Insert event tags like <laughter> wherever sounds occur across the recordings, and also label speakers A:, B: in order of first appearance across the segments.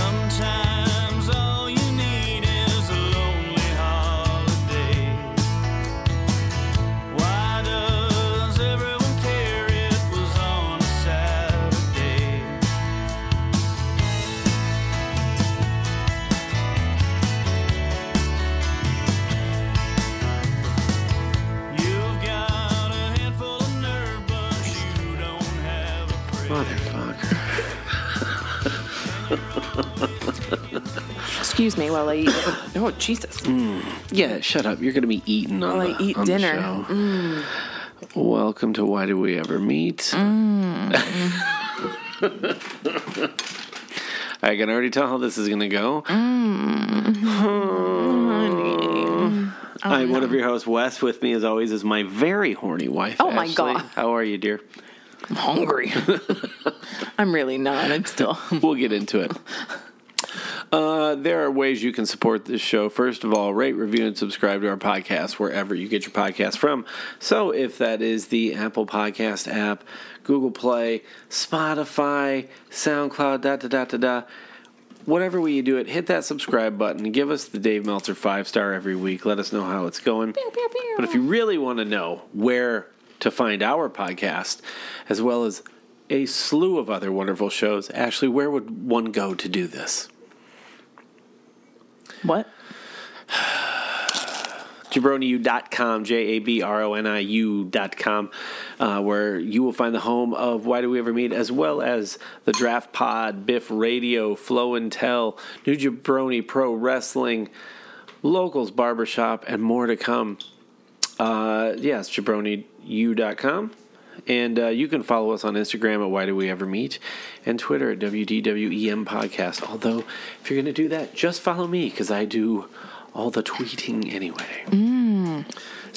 A: Sometimes all you need is a lonely holiday. Why does everyone care it was on a Saturday? You've got a handful of nerve, but you don't have a prayer.
B: Motherfucker.
C: Excuse me while I eat. <coughs> oh, Jesus.
B: Yeah, shut up. You're going to be eating on
C: While I
B: the,
C: eat
B: on the
C: dinner. Mm.
B: show. Welcome to Why Did We Ever Meet?
C: Mm.
B: <laughs> I can already tell how this is going to go.
C: Mm.
B: I'm one of your hosts, Wes. With me, as always, is my very horny wife.
C: Oh, my
B: Ashley.
C: God.
B: How are you, dear?
C: I'm hungry. <laughs> I'm really not. I'm still.
B: <laughs> we'll get into it. Uh, there are ways you can support this show. First of all, rate, review, and subscribe to our podcast wherever you get your podcast from. So, if that is the Apple Podcast app, Google Play, Spotify, SoundCloud, da da da da da, whatever way you do it, hit that subscribe button. Give us the Dave Meltzer five star every week. Let us know how it's going. But if you really want to know where to find our podcast, as well as a slew of other wonderful shows, Ashley, where would one go to do this?
C: What?
B: jabroniu.com, J A B R O N I U.com, uh, where you will find the home of Why Do We Ever Meet, as well as the Draft Pod, Biff Radio, Flow and Tell, New Jabroni Pro Wrestling, Locals Barbershop, and more to come. Uh, yes, jabroniu.com. And uh, you can follow us on Instagram at Why Do We Ever Meet and Twitter at WDWEM E Podcast. Although, if you're going to do that, just follow me because I do all the tweeting anyway. So
C: Mm.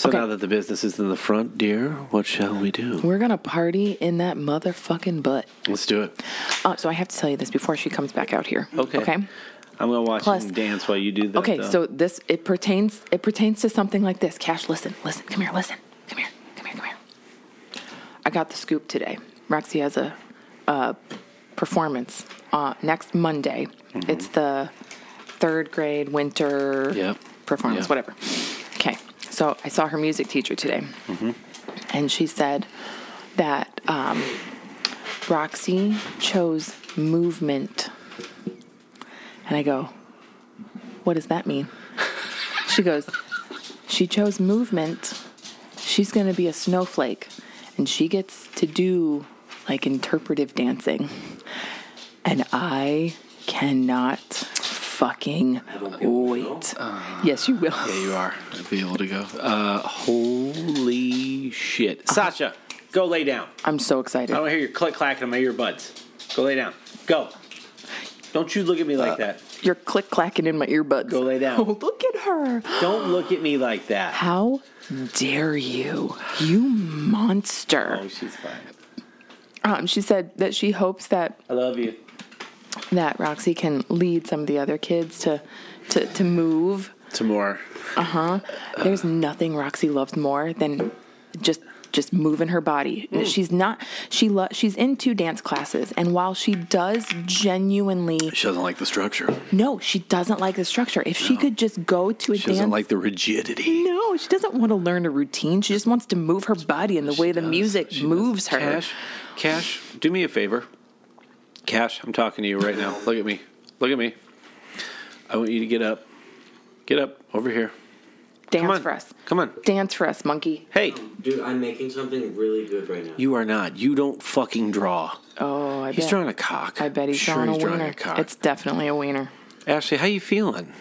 C: Okay.
B: now that the business is in the front, dear, what shall we do?
C: <laughs> We're going to party in that motherfucking butt.
B: Let's do it.
C: Uh, so I have to tell you this before she comes back out here.
B: Okay.
C: Okay. uh,
B: I'm going to watch
C: Plus-
B: him dance while you do that.
C: Okay,
B: though.
C: so this it pertains it pertains to something like this. Cash, listen, listen, come here, listen, come here, come here, come here. I got the scoop today. Roxy has a, a performance uh, next Monday.
B: Mm-hmm.
C: It's the third grade winter
B: Yep.
C: performance,
B: Yeah.
C: whatever. Okay, so I saw her music teacher today,
B: Mm-hmm.
C: and she said that um, Roxy chose movement, and I go, "What does that mean?" <laughs> She goes, she chose movement. She's going to be a snowflake. And she gets to do like interpretive dancing. And I cannot fucking wait. Uh-huh. yes, you will.
B: Yeah, you are. I'll be able to go. Uh, holy shit. Sasha, go lay down.
C: I'm so excited.
B: I don't hear your click clacking on my earbuds. Go lay down. Go. Don't you look at me like that.
C: You're click clacking in my earbuds.
B: Go lay down.
C: <laughs>
B: <laughs>
C: Oh, look at her.
B: Don't look at me like that.
C: How dare you? You monster.
B: Oh, she's fine.
C: Um, she said that she hopes that
B: I love you.
C: that Roxy can lead some of the other kids to to, to move.
B: Some more.
C: There's nothing Roxy loves more than just just moving her body.
B: Mm.
C: She's not she lo- she's into dance classes and while she does genuinely
B: She doesn't like the structure.
C: no, she doesn't like the structure. If she could just go to a
B: She
C: dance
B: doesn't like the rigidity.
C: No, she doesn't want to learn a routine. She just wants to move her body in the way the music moves her.
B: Cash, Cash, do me a favor. Cash, I'm talking to you right now. Look at me. Look at me. I want you to get up. Get up over here. Come
C: Dance
B: on.
C: for us.
B: Come on.
C: Dance for us, monkey.
B: Hey,
D: Dude, I'm making something really good right now.
B: you are not. You don't fucking draw.
C: Oh, I
B: He's
C: bet.
B: drawing a cock.
C: I bet he's
B: sure
C: drawing
B: he's
C: a
B: drawing
C: wiener.
B: a cock.
C: It's Mm. definitely a wiener.
B: Ashley, how you feeling?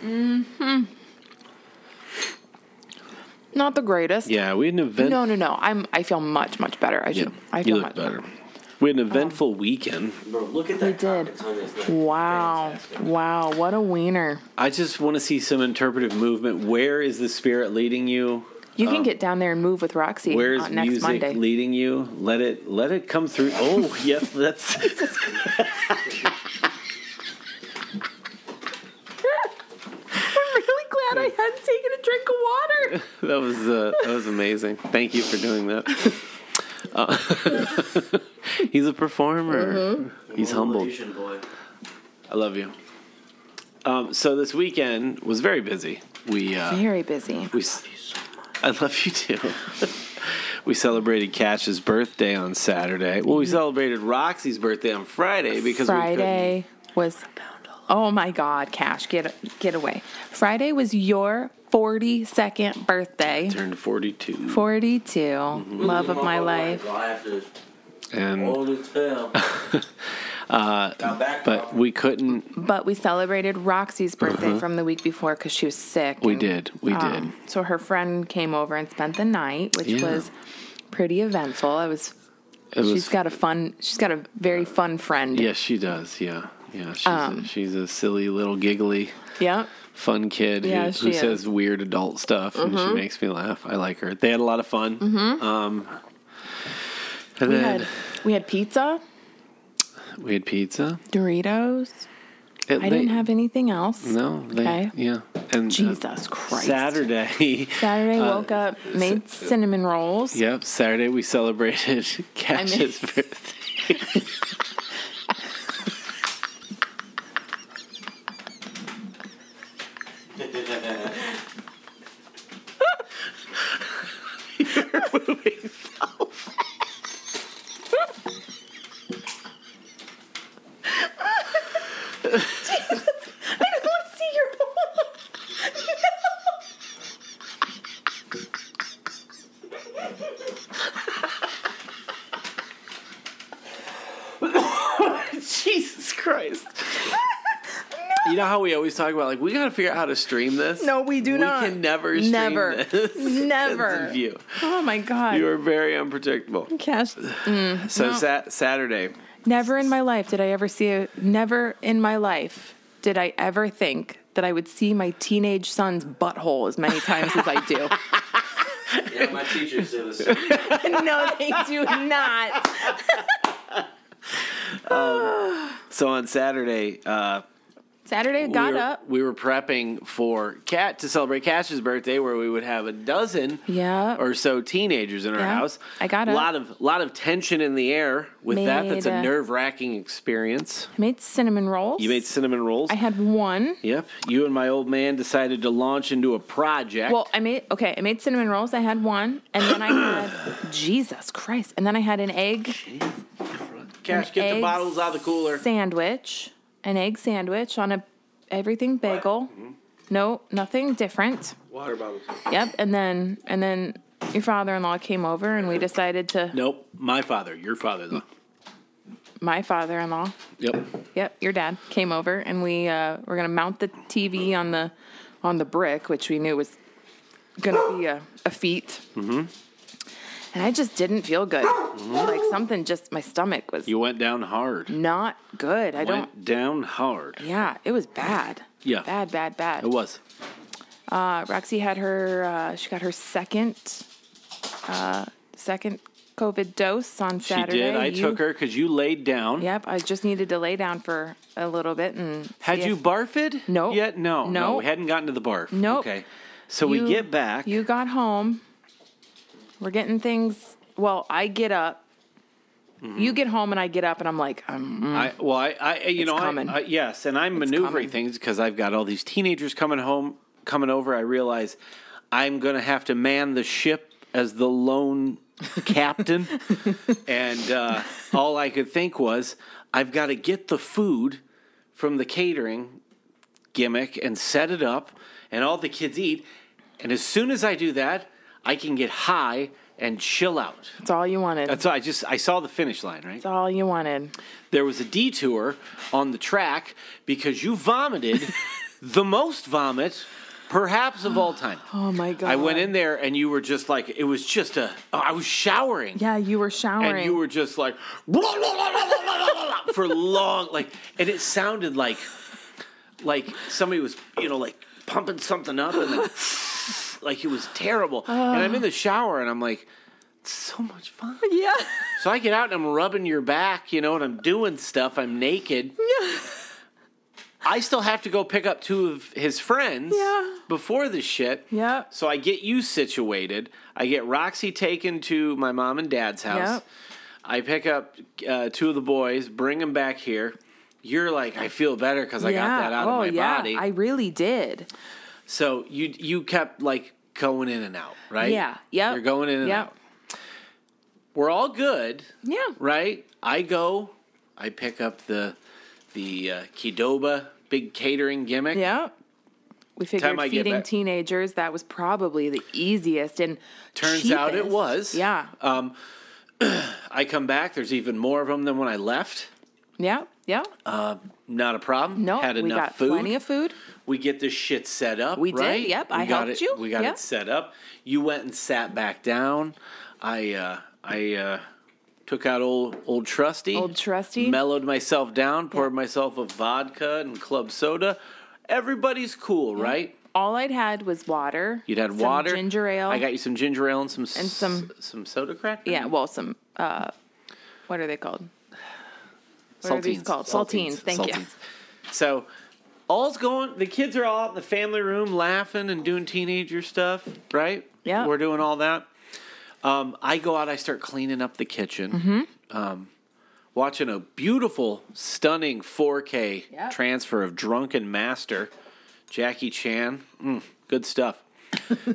C: Not the greatest.
B: Yeah, we had an event.
C: No, no, no. I'm. I feel much, much better. I should. I
B: you
C: feel
B: look
C: much
B: better. We had an eventful weekend.
D: Bro, look at
C: We
D: that.
C: did.
D: It's on this neck.
C: Wow.
D: Fantastic.
C: Wow. What a wiener.
B: I just want to see some interpretive movement. Where is the spirit leading you?
C: You can get down there and move with Roxy
B: Um, Where's
C: on next
B: music
C: Monday.
B: leading you? Let it let it come through. Oh, <laughs> yes, that's
C: <laughs> I'm really glad I hadn't taken a drink of
B: <laughs>
C: water.
B: that was uh, that was amazing. Thank you for doing that. <laughs> Uh, <laughs> he's a performer.
C: Mm-hmm.
B: He's humbled.
D: Asian boy.
B: I love you. Um, so this weekend was very busy. We uh,
C: Very busy.
B: We, I love you too. <laughs> we celebrated Cash's birthday on Saturday. Well, we celebrated Roxy's birthday on Friday because We
C: Friday was. Oh my God, Cash, get get away! Friday was your 42nd birthday.
B: couldn't- turned 42.
C: 42,
B: Mm-hmm.
C: love of my
D: Oh
C: life.
D: God, after this
B: and
D: old as
B: <laughs>
D: hell. Got back
B: Uh, but
D: problem.
B: we couldn't
C: But we celebrated Roxy's birthday from the week before because she was sick.
B: Uh-huh. we
C: and,
B: did. We
C: um, So her friend came over and spent the night, which
B: Yeah.
C: was pretty eventful. It was.
B: did. It was
C: she's got a fun. She's got a very fun friend.
B: Yes, she does. Yeah. Yeah, she's,
C: Um,
B: a, she's a silly little giggly
C: Yep.
B: fun kid
C: Yeah,
B: who,
C: she
B: who
C: is. Mm-hmm.
B: says weird adult stuff and she makes me laugh. I like her. They had a lot of fun. Um and
C: We
B: then
C: had we had pizza,
B: we had pizza.
C: Doritos.
B: It- they-
C: I didn't have anything else.
B: No, they,
C: Okay.
B: yeah. And uh,
C: Jesus Christ.
B: Saturday. <laughs>
C: Saturday
B: uh,
C: woke up, made cinnamon rolls.
B: Yep, Saturday we celebrated Cash's birthday.
C: See your
B: <laughs> Jesus Christ. You know how we always talk about like we got to figure out how to stream this?
C: No, we do not.
B: We can never stream
C: Never.
B: this. <laughs>
C: Never.
B: It's in view.
C: Oh my God.
B: You are very unpredictable.
C: Cash.
B: So
C: No.
B: Sat Saturday,
C: Never in my life did I ever see a. Never in my life did I ever think that I would see my teenage son's butthole as many times as I
B: <laughs>
C: do.
D: Yeah, my teacher said this.
C: no, they do not.
B: so on Saturday, uh,
C: Saturday I got
B: we were,
C: up.
B: We were prepping for Cat to celebrate Cash's birthday, where we would have a dozen
C: Yeah.
B: or so teenagers in our
C: Yeah.
B: house.
C: I got up.
B: lot of lot of tension in the air with that. That's
C: Made
B: a
C: a-
B: nerve wracking experience.
C: I made cinnamon rolls.
B: You made cinnamon rolls.
C: I had one.
B: yep. You and my old man decided to launch into a project.
C: Well, I made okay. I made cinnamon rolls. I had one, and then I
B: <coughs>
C: had Jesus Christ, and then I had an egg
B: Cash,
C: an
B: get the
C: egg
B: bottles out of the cooler.
C: sandwich, an egg sandwich on a everything bagel. No, nothing different.
B: Mm-hmm. Water bottles.
C: Yep, and then and then your father-in-law came over, and we decided to
B: Nope. My father. Your father.
C: my father-in-law.
B: Yep.
C: Yep, your dad came over, and we uh, were gonna mount the TV on the on the brick, which we knew was gonna be a, a feat. Mm-hmm. And I just didn't feel good. Like something just my stomach was
B: Mm-hmm. You went down hard.
C: not good. I don't.
B: Went down hard.
C: Yeah, it was bad.
B: Yeah.
C: bad, bad, bad.
B: It was.
C: Uh, Roxy had her. Uh, she got her second uh, second COVID dose on Saturday.
B: She did. I
C: You-
B: took her because you laid down.
C: Yep, I just needed to lay down for a little bit and
B: Had
C: see
B: you
C: if-
B: barfed?
C: Nope.
B: Yet no.
C: Nope.
B: We hadn't gotten to the barf.
C: Nope.
B: Okay. So
C: You-
B: we get back.
C: You got home. We're getting things. Well, I get up. You
B: Mm-hmm.
C: get home and I get up and I'm like, um,
B: I well, I, I you know, I,
C: coming.
B: I- yes, and I'm maneuvering
C: coming.
B: things because I've got all these teenagers coming home, coming over. I realize I'm going to have to man the ship as the lone captain, and uh, all I could think was, I've got to get the food from the catering gimmick and set it up, and all the kids eat. And as soon as I do that, I can get high and chill out.
C: it's all you wanted. That's
B: That's I just I saw the finish line, right?
C: all you wanted.
B: there was a detour on the track because you
C: <laughs>
B: vomited the most vomit perhaps of all time.
C: Oh my god.
B: I went in there and you were just like it was just a I was showering.
C: Yeah, you were showering.
B: And you were just like "Blah, blah, blah, blah, blah, blah, blah, blah," for long like and it sounded
C: <laughs>
B: like like somebody was, you know, like pumping something up and then Like it was terrible. and I'm in the shower and I'm like, it's so much fun.
C: <laughs> Yeah.
B: So <laughs> I get out and I'm rubbing your back, you know, and I'm doing stuff. I'm naked. I still have to go pick up two of his friends
C: Yeah.
B: before this shit.
C: Yep.
B: So I get you situated. I get Roxy taken to my mom and dad's house.
C: Yep.
B: I pick up uh, two of the boys, bring them back here. You're like, I feel better because I got that out
C: oh,
B: of my
C: yeah.
B: body.
C: I really did.
B: So you you kept like going in and out, right?
C: Yeah. Yep.
B: You're going in and
C: Yep.
B: out. We're all good,
C: Yeah.
B: right? I go, I pick up the the uh, Kidoba big catering gimmick.
C: Yeah. We figured
B: Time I get
C: feeding
B: back-
C: teenagers that was probably the easiest and
B: Turns out it
C: cheapest.
B: was.
C: Yeah.
B: Um, <clears throat> I come back. There's even more of them than when I left.
C: yeah. Yeah.
B: Not a problem.
C: no,
B: had
C: we
B: enough
C: got
B: food.
C: plenty of food.
B: we get this shit set up.
C: We did,
B: right?
C: yep,
B: We
C: I
B: got it,
C: helped you,
B: We got
C: yep.
B: it set up. You went and sat back down. I uh, I uh, took out old old trusty,
C: Old Trusty.
B: mellowed myself down, poured myself a vodka and club soda. Everybody's cool, right?
C: All I'd had was water.
B: You'd had
C: some
B: water,
C: ginger ale.
B: I got you some ginger ale and some
C: And some-
B: some soda crackers.
C: yeah, well, some uh, what are they called? What are these
B: Saltines.
C: called? Saltines. Thank you.
B: So all's going. The kids are all out in the family room laughing and doing teenager stuff, right?
C: Yeah.
B: we're doing all that. Um, I go out. I start cleaning up the kitchen.
C: Mm-hmm.
B: Um, watching a beautiful, stunning 4K
C: Yeah.
B: transfer of Drunken Master, Jackie Chan. Mm, good stuff.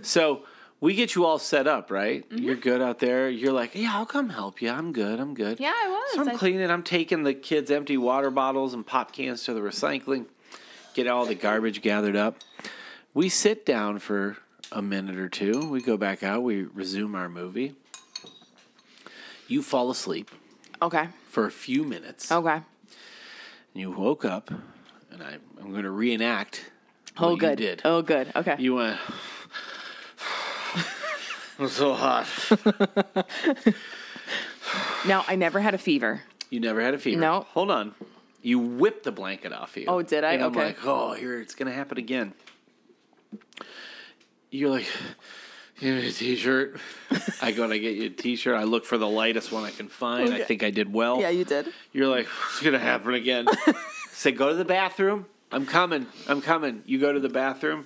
B: so. We get you all set up, right?
C: Mm-hmm.
B: You're good out there. You're like, yeah, I'll come help you. I'm good. I'm good.
C: Yeah, I was.
B: So I'm
C: I-
B: cleaning. I'm taking the kids' empty water bottles and pop cans to the recycling. Get all the garbage gathered up. We sit down for a minute or two. We go back out. We resume our movie. You fall asleep
C: Okay.
B: for a few minutes.
C: Okay.
B: And you woke up, and I, I'm going to reenact.
C: Oh,
B: what
C: good.
B: You did.
C: Oh, good. Okay.
B: You uh, went. I'm so hot.
C: now I never had a fever.
B: You never had a fever.
C: No.
B: Hold on. You whipped the blanket off you.
C: Oh, did I?
B: And I'm
C: Okay.
B: like, oh, here it's gonna happen again. You're like, you need a
C: <laughs>
B: t-shirt. I go and I get you a t-shirt. I look for the lightest one I can find. I
C: Okay.
B: think I did well.
C: you did.
B: You're like, it's gonna happen
C: <laughs>
B: again. Say, go to the bathroom. I'm coming. I'm coming. You go to the bathroom.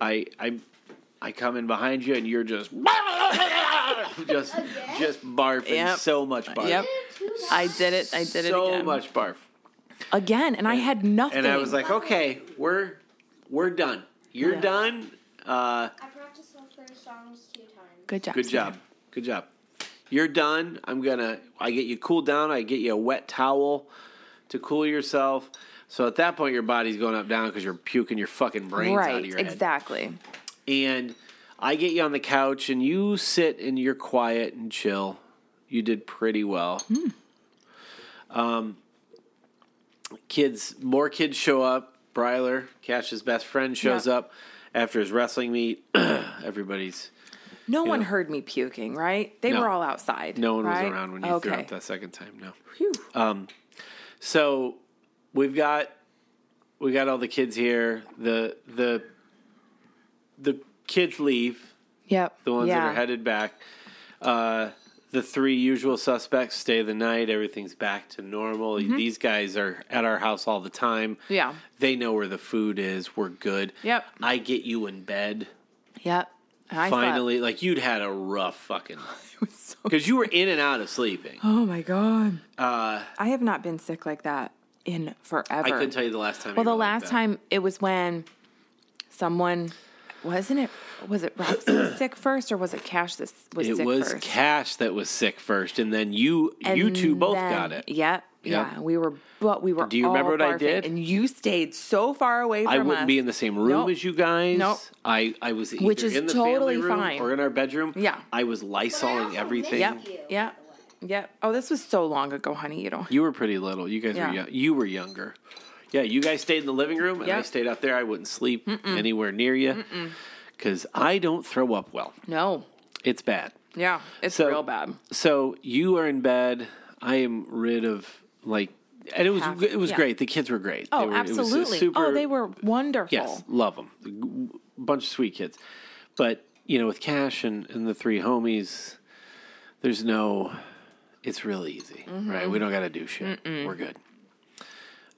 B: I I I come in behind you, and you're just <laughs> just just barfing
C: Yep.
B: so much barf.
C: Yep. I did it. I did it
B: so
C: again.
B: much barf.
C: Again, and I had nothing.
B: And I was like, okay, we're we're done. You're
C: Yeah.
B: done. Uh,
E: I practiced all three songs two times.
C: good job.
B: good
C: Sam.
B: job. Good job. You're done. I'm gonna. I get you cooled down. I get you a wet towel to cool yourself. So at that point, your body's going up down because you're puking your fucking brains
C: Right.
B: out of your head.
C: exactly.
B: And I get you on the couch, and you sit and you're quiet and chill. You did pretty well.
C: Hmm.
B: Um, kids, more kids show up. Bryler, Cash's best friend, shows
C: Yeah.
B: up after his wrestling meet. <clears throat> Everybody's
C: No one
B: know.
C: heard me puking, right? They
B: No.
C: were all outside.
B: no one
C: right?
B: was around when you
C: okay.
B: threw uh, up that second time. No.
C: Phew.
B: So we've got we got all the kids here. The the the kids leave.
C: Yep.
B: the ones that
C: Yeah.
B: are headed back. Uh, the three usual suspects stay the night. Everything's back to normal. These guys are at our house all the time.
C: Mm-hmm. Yeah.
B: They know where the food is. We're good.
C: Yep.
B: I get you in bed.
C: Yep. And I slept.
B: Finally, like you'd had a rough
C: <laughs>
B: fucking because you were in and out of sleeping.
C: Oh my god. I have not been sick like that in forever.
B: Uh, I couldn't tell you the last time.
C: Well,
B: you were
C: the
B: like
C: last
B: that.
C: time it was when someone wasn't it was it Roxy
B: <clears throat>
C: was sick first or was it Cash that was
B: it
C: sick
B: was
C: first?
B: Cash that was sick first, and then you you two both
C: then-
B: got it.
C: Yep.
B: Yeah.
C: Yeah, we were, but we were.
B: Do you remember
C: all
B: what I
C: barfing,
B: did?
C: And you stayed so far away from
B: I wouldn't
C: us.
B: be in the same room
C: Nope.
B: as you guys.
C: Nope.
B: I, I was either
C: Which is
B: in the family
C: totally
B: room
C: fine.
B: or in our bedroom.
C: Yeah.
B: I was lysoling everything.
C: Yep. Yep. Yep. Oh, this was so long ago, honey. You don't.
B: You were pretty little. You guys
C: Yeah.
B: were young. You were younger. Yeah, you guys stayed in the living room and I
C: Yep.
B: stayed out there. I wouldn't sleep anywhere near you because I don't throw up well.
C: No.
B: It's bad.
C: Yeah, it's
B: So-
C: real bad.
B: So you are in bed. I am rid of like, and it was
C: Half-
B: it was
C: yeah.
B: great. The kids were great. They
C: Oh,
B: were- it was a
C: absolutely.
B: super-
C: oh, they were wonderful.
B: Yes, love them. Bunch of sweet kids. But you know, with Cash and, and the three homies, there's no. It's really easy,
C: Mm-hmm.
B: right? We don't got to do shit. We're good. Um,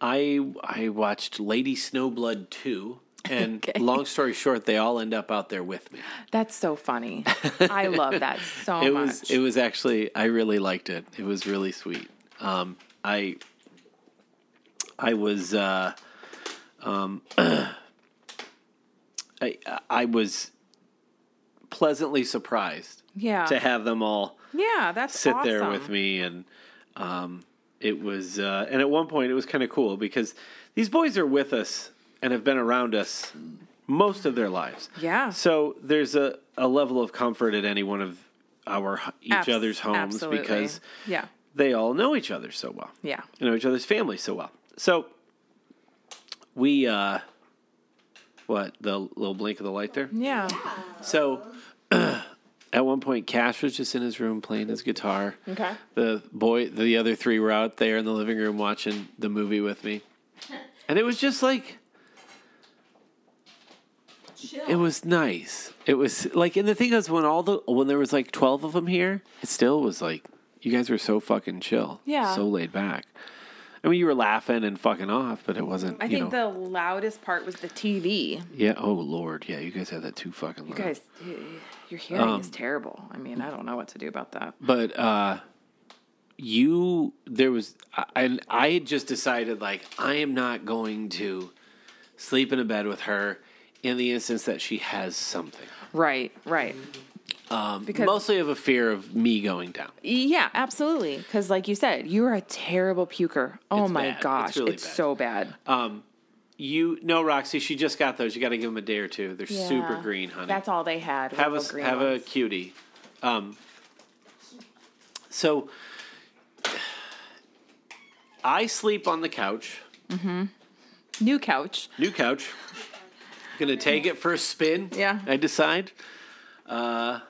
B: I I watched Lady Snowblood two, and
C: <laughs> Okay.
B: long story short, they all end up out there with me.
C: That's so funny. I
B: <laughs>
C: love that so
B: it
C: much.
B: was it was actually I really liked it. It was really sweet. Um, I I was uh, <clears throat> um, I I was pleasantly surprised
C: yeah.
B: to have them all
C: yeah, that's
B: sit there
C: awesome.
B: with me and um, it was uh, and at one point it was kind of cool because these boys are with us and have been around us most of their lives
C: Yeah.
B: so there's a, a level of comfort at any one of our h- each
C: Abs-
B: other's homes
C: absolutely.
B: because
C: yeah.
B: they all know each other so well
C: Yeah.
B: you know each other's families so well so we uh what the little blink of the light there
C: Yeah.
B: so <clears throat> at one point, Cash was just in his room playing his guitar.
C: Okay.
B: The boy, the other three were out there in the living room watching the movie with
C: <laughs>
B: me, and it was just like. It was nice. It was like, and the thing is, when all the when there was like twelve of them here, it still was like you guys were so fucking chill,
C: Yeah.
B: so laid back. I mean, you were laughing and fucking off, but it wasn't.
C: I
B: you
C: think
B: know,
C: the loudest part was the TV.
B: yeah. Oh lord, yeah, you guys had that too fucking.
C: You
B: loud.
C: guys, your hearing
B: Um,
C: is terrible. I mean, I don't know what to do about that.
B: but uh you there was I- I I had just decided like I am not going to sleep in a bed with her in the instance that she has something.
C: Right, right. because
B: Mostly of a fear of me going down.
C: yeah, absolutely. Because like you said, you are a terrible puker. Oh
B: It's
C: my
B: bad. It's
C: gosh, it's,
B: really bad.
C: so bad.
B: You no Roxy, she just got those. You got to give them a day or two. They're super
C: Yeah.
B: green, honey.
C: That's all they had. was
B: have
C: the
B: a
C: green
B: have
C: ones.
B: a cutie. Um, so I sleep on the couch.
C: new couch.
B: New couch. Gonna take it for a spin.
C: Yeah.
B: I decide. Uh,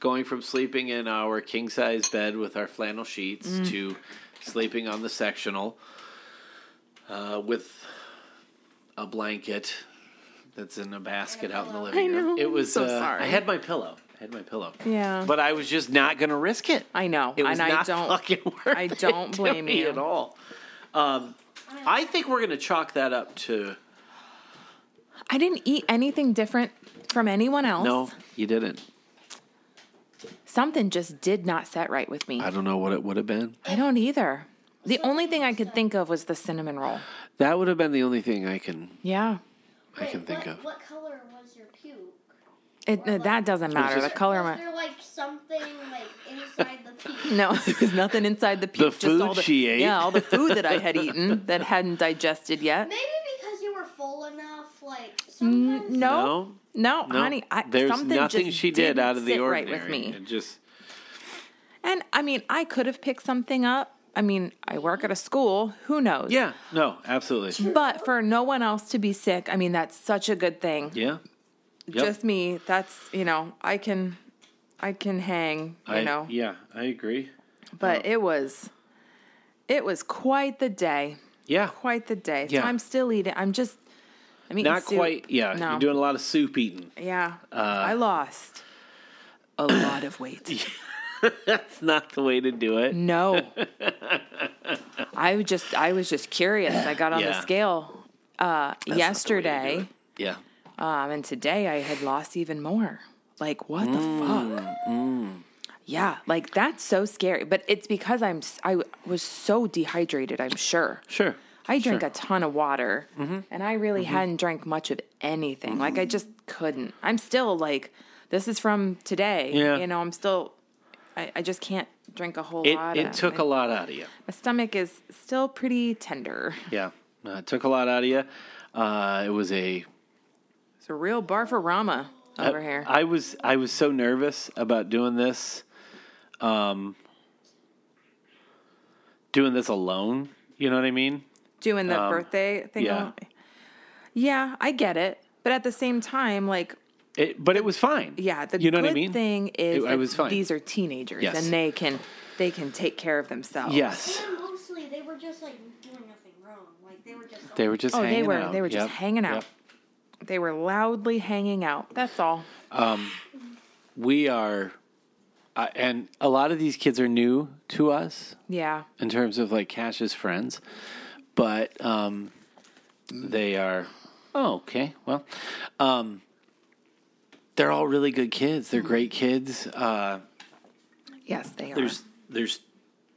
B: going from sleeping in our king size bed with our flannel sheets
C: Mm.
B: to sleeping on the sectional uh, with a blanket that's in a basket out in the living room.
C: know,
B: It was.
C: I'm so
B: uh,
C: sorry.
B: I had my pillow. I had my pillow.
C: Yeah.
B: But I was just not gonna risk it.
C: I know,
B: It was
C: and
B: not
C: I don't.
B: fucking <laughs> worth
C: I don't
B: it to
C: blame
B: me
C: you.
B: at all. Um, I think we're gonna chalk that up to
C: I didn't eat anything different from anyone else.
B: No, you didn't.
C: something just did not set right with me.
B: I
C: I,
B: don't know what it would have been.
C: don't either. The only thing I could think of was the cinnamon roll.
B: That would have been the only thing I can
C: Yeah.
B: I can think
E: what,
B: of.
E: What color was your puke?
C: It, uh, that doesn't matter. The
B: just-
C: color of
E: was
C: my. <laughs>
E: there like something like inside the puke?
C: No, <laughs> there was nothing inside the puke. just
B: food
C: all the,
B: she ate.
C: Yeah, all the food that
B: <laughs>
C: I had eaten that hadn't digested yet.
E: Maybe because you were full enough. Like
C: No,
E: sometimes.
C: no,
B: No,
C: Oh, honey. I,
B: there's
C: something
B: nothing
C: just
B: she did
C: didn't
B: out of the
C: sit
B: ordinary.
C: Right with me.
B: It just
C: And I mean, I could have picked something up. I mean, I work at a school. Who knows?
B: yeah, no, absolutely,
C: But for no one else to be sick, I mean, that's such a good thing.
B: yeah. Yep.
C: Just me. That's you know, I can, I can hang. You
B: I
C: know.
B: yeah, I agree.
C: But it was, it was quite the day.
B: Yeah,
C: Quite the day. So
B: Yeah.
C: I'm still eating. I'm just. I mean,
B: not quite. Yeah,
C: No.
B: you're doing uh, a lot of soup eating. <laughs>
C: Yeah. I lost a lot of
B: <laughs>
C: weight.
B: That's not the way to do it. <laughs>
C: No. I would just I was just curious. I got on
B: Yeah.
C: the scale uh, yesterday
B: Yeah,
C: um, and today I had lost even more. Like what
B: Mm,
C: the fuck? Yeah, like that's so scary. But it's because I'm s- I w- was so dehydrated, I'm sure.
B: sure. Mm-hmm.
C: I drank a ton of water and I really hadn't drank much of anything. Like I just couldn't. I'm still like this is from today.
B: Yeah.
C: You know, I'm still I, I just can't drink a whole
B: It
C: lot
B: it
C: of
B: took
C: my,
B: a lot out of you.
C: my stomach is still pretty tender.
B: Yeah, uh, it took a lot out of you. Uh, it was a
C: It's a real bar for Rama
B: Uh,
C: over here.
B: I was I was so nervous about doing this, um, doing this alone. You know what I mean?
C: Doing the birthday thing.
B: Um, yeah.
C: alone. Yeah, I get it. But at the same time, like
B: It, but it was fine.
C: yeah, the
B: you know
C: good
B: what I mean.
C: thing is
B: It- I
C: that
B: was fine.
C: these are teenagers
B: Yes.
C: and they can they can take care of themselves.
B: yes,
E: And mostly they were just like doing nothing wrong. Like they were just.
B: they were just.
C: Oh, they
B: hanging
C: were-
B: out.
C: they were just
B: Yep,
C: hanging out.
B: yep.
C: They were loudly hanging out. That's all.
B: we are, uh, and a lot of these kids are new to us
C: Yeah.
B: in terms of like Cash's friends, but um, they are. Oh, okay. Well, um, they're all really good kids. They're great kids. Uh,
C: Yes, they are.
B: there's there's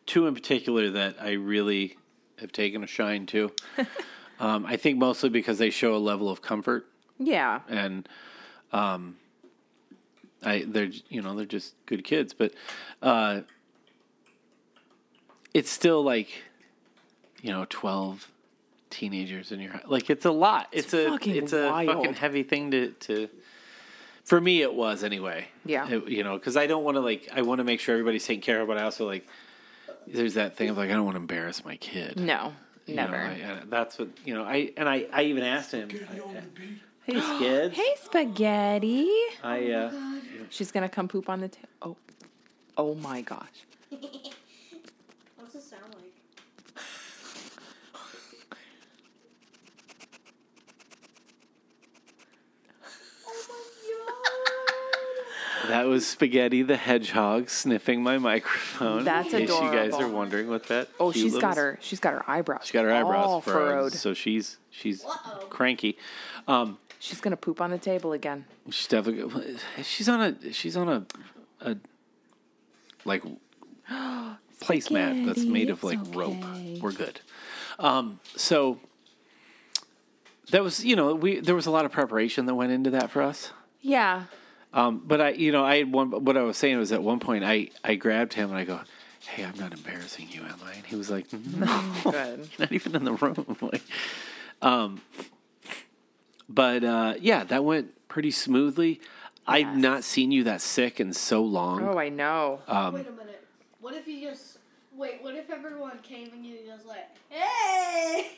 B: two in particular that I really have taken a shine to. um, I think mostly because they show a level of comfort
C: Yeah.
B: and um, I they're you know they're just good kids, but uh, it's still like you know twelve teenagers in your hou- like it's a lot. It's, a
C: fucking
B: it's a
C: wild.
B: fucking heavy thing to to. For me, it was anyway.
C: Yeah.
B: It- you know, because I don't want to like I want to make sure everybody's taken care of, but I also like there's that thing of like I don't want to embarrass my kid.
C: No,
B: You know,
C: never.
B: I- uh, I- that's what you know. I and I, I even asked him. Hey, <gasps> skids.
C: hey, spaghetti.
B: I uh,
C: She's gonna come poop on the table. Oh, oh my gosh.
E: What's it sound like?
B: that was Spaghetti the Hedgehog sniffing my microphone.
C: That's
B: in case you guys
C: adorable.
B: are wondering what that.
C: Oh,
B: cute
C: she's
B: little-
C: got her. She's got her eyebrows.
B: She's got her eyebrows
C: all
B: furrowed,
C: furrowed.
B: so she's she's
E: Uh-oh.
B: cranky. Um,
C: She's gonna poop on the table again.
B: she's definitely she's on a she's on a a like
C: <gasps>
B: placemat that's made of like rope. We're good. Um, so that was you know we there was a lot of preparation that went into that for us.
C: Yeah.
B: But I, you know, I had one. What I was saying was at one point, I I grabbed him and I go, "Hey, I'm not embarrassing you, am I?" And he was like, "No,
C: Good.
B: not even in the room." <laughs> like, um, but uh, yeah, that went pretty smoothly. I've not seen you that sick in so long.
C: Oh, I know.
B: Uh,
E: Wait a minute. What if you just wait? What if everyone came and you just like, hey?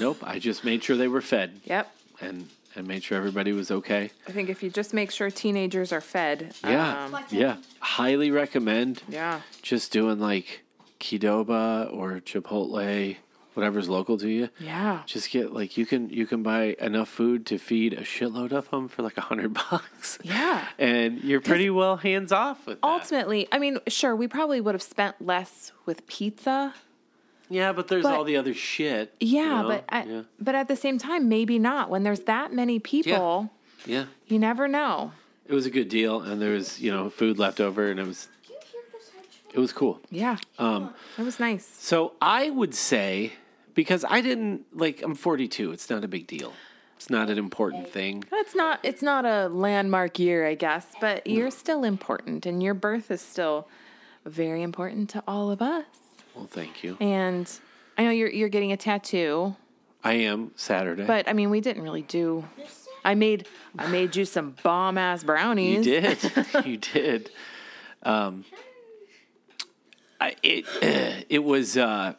B: Nope, I just made sure they were fed
C: yep.
B: and and made sure everybody was okay.
C: I think if you just make sure teenagers are fed.
B: Yeah,
C: Um,
B: yeah. Highly recommend.
C: yeah.
B: just doing like Kidoba or Chipotle, whatever's local to you.
C: Yeah.
B: Just get like you can you can buy enough food to feed a shitload of them for like a hundred <laughs> bucks.
C: Yeah.
B: And you're pretty well hands off with that.
C: Ultimately, I mean, sure, we probably would have spent less with pizza.
B: yeah, but there's
C: but-
B: all the other shit. you
C: Yeah,
B: know?
C: but I,
B: yeah,
C: but at the same time, maybe not. When there's that many people,
B: yeah,
C: you never know.
B: it was a good deal, and there was you know food left over, and it was
E: Do you hear this hedgehog?
B: it was cool.
C: Yeah. Um, it was nice.
B: So I would say because I didn't like I'm 42, it's not a big deal. It's not an important thing.
C: It's not it's not a landmark year, I guess, but you're still important and your birth is still very important to all of us.
B: Well, thank you.
C: And I know you're you're getting a tattoo,
B: I am Saturday.
C: but I mean, we didn't really do I made I made you some bomb ass brownies.
B: You did. <laughs> you did. Um, I, it <clears throat> it was. Uh,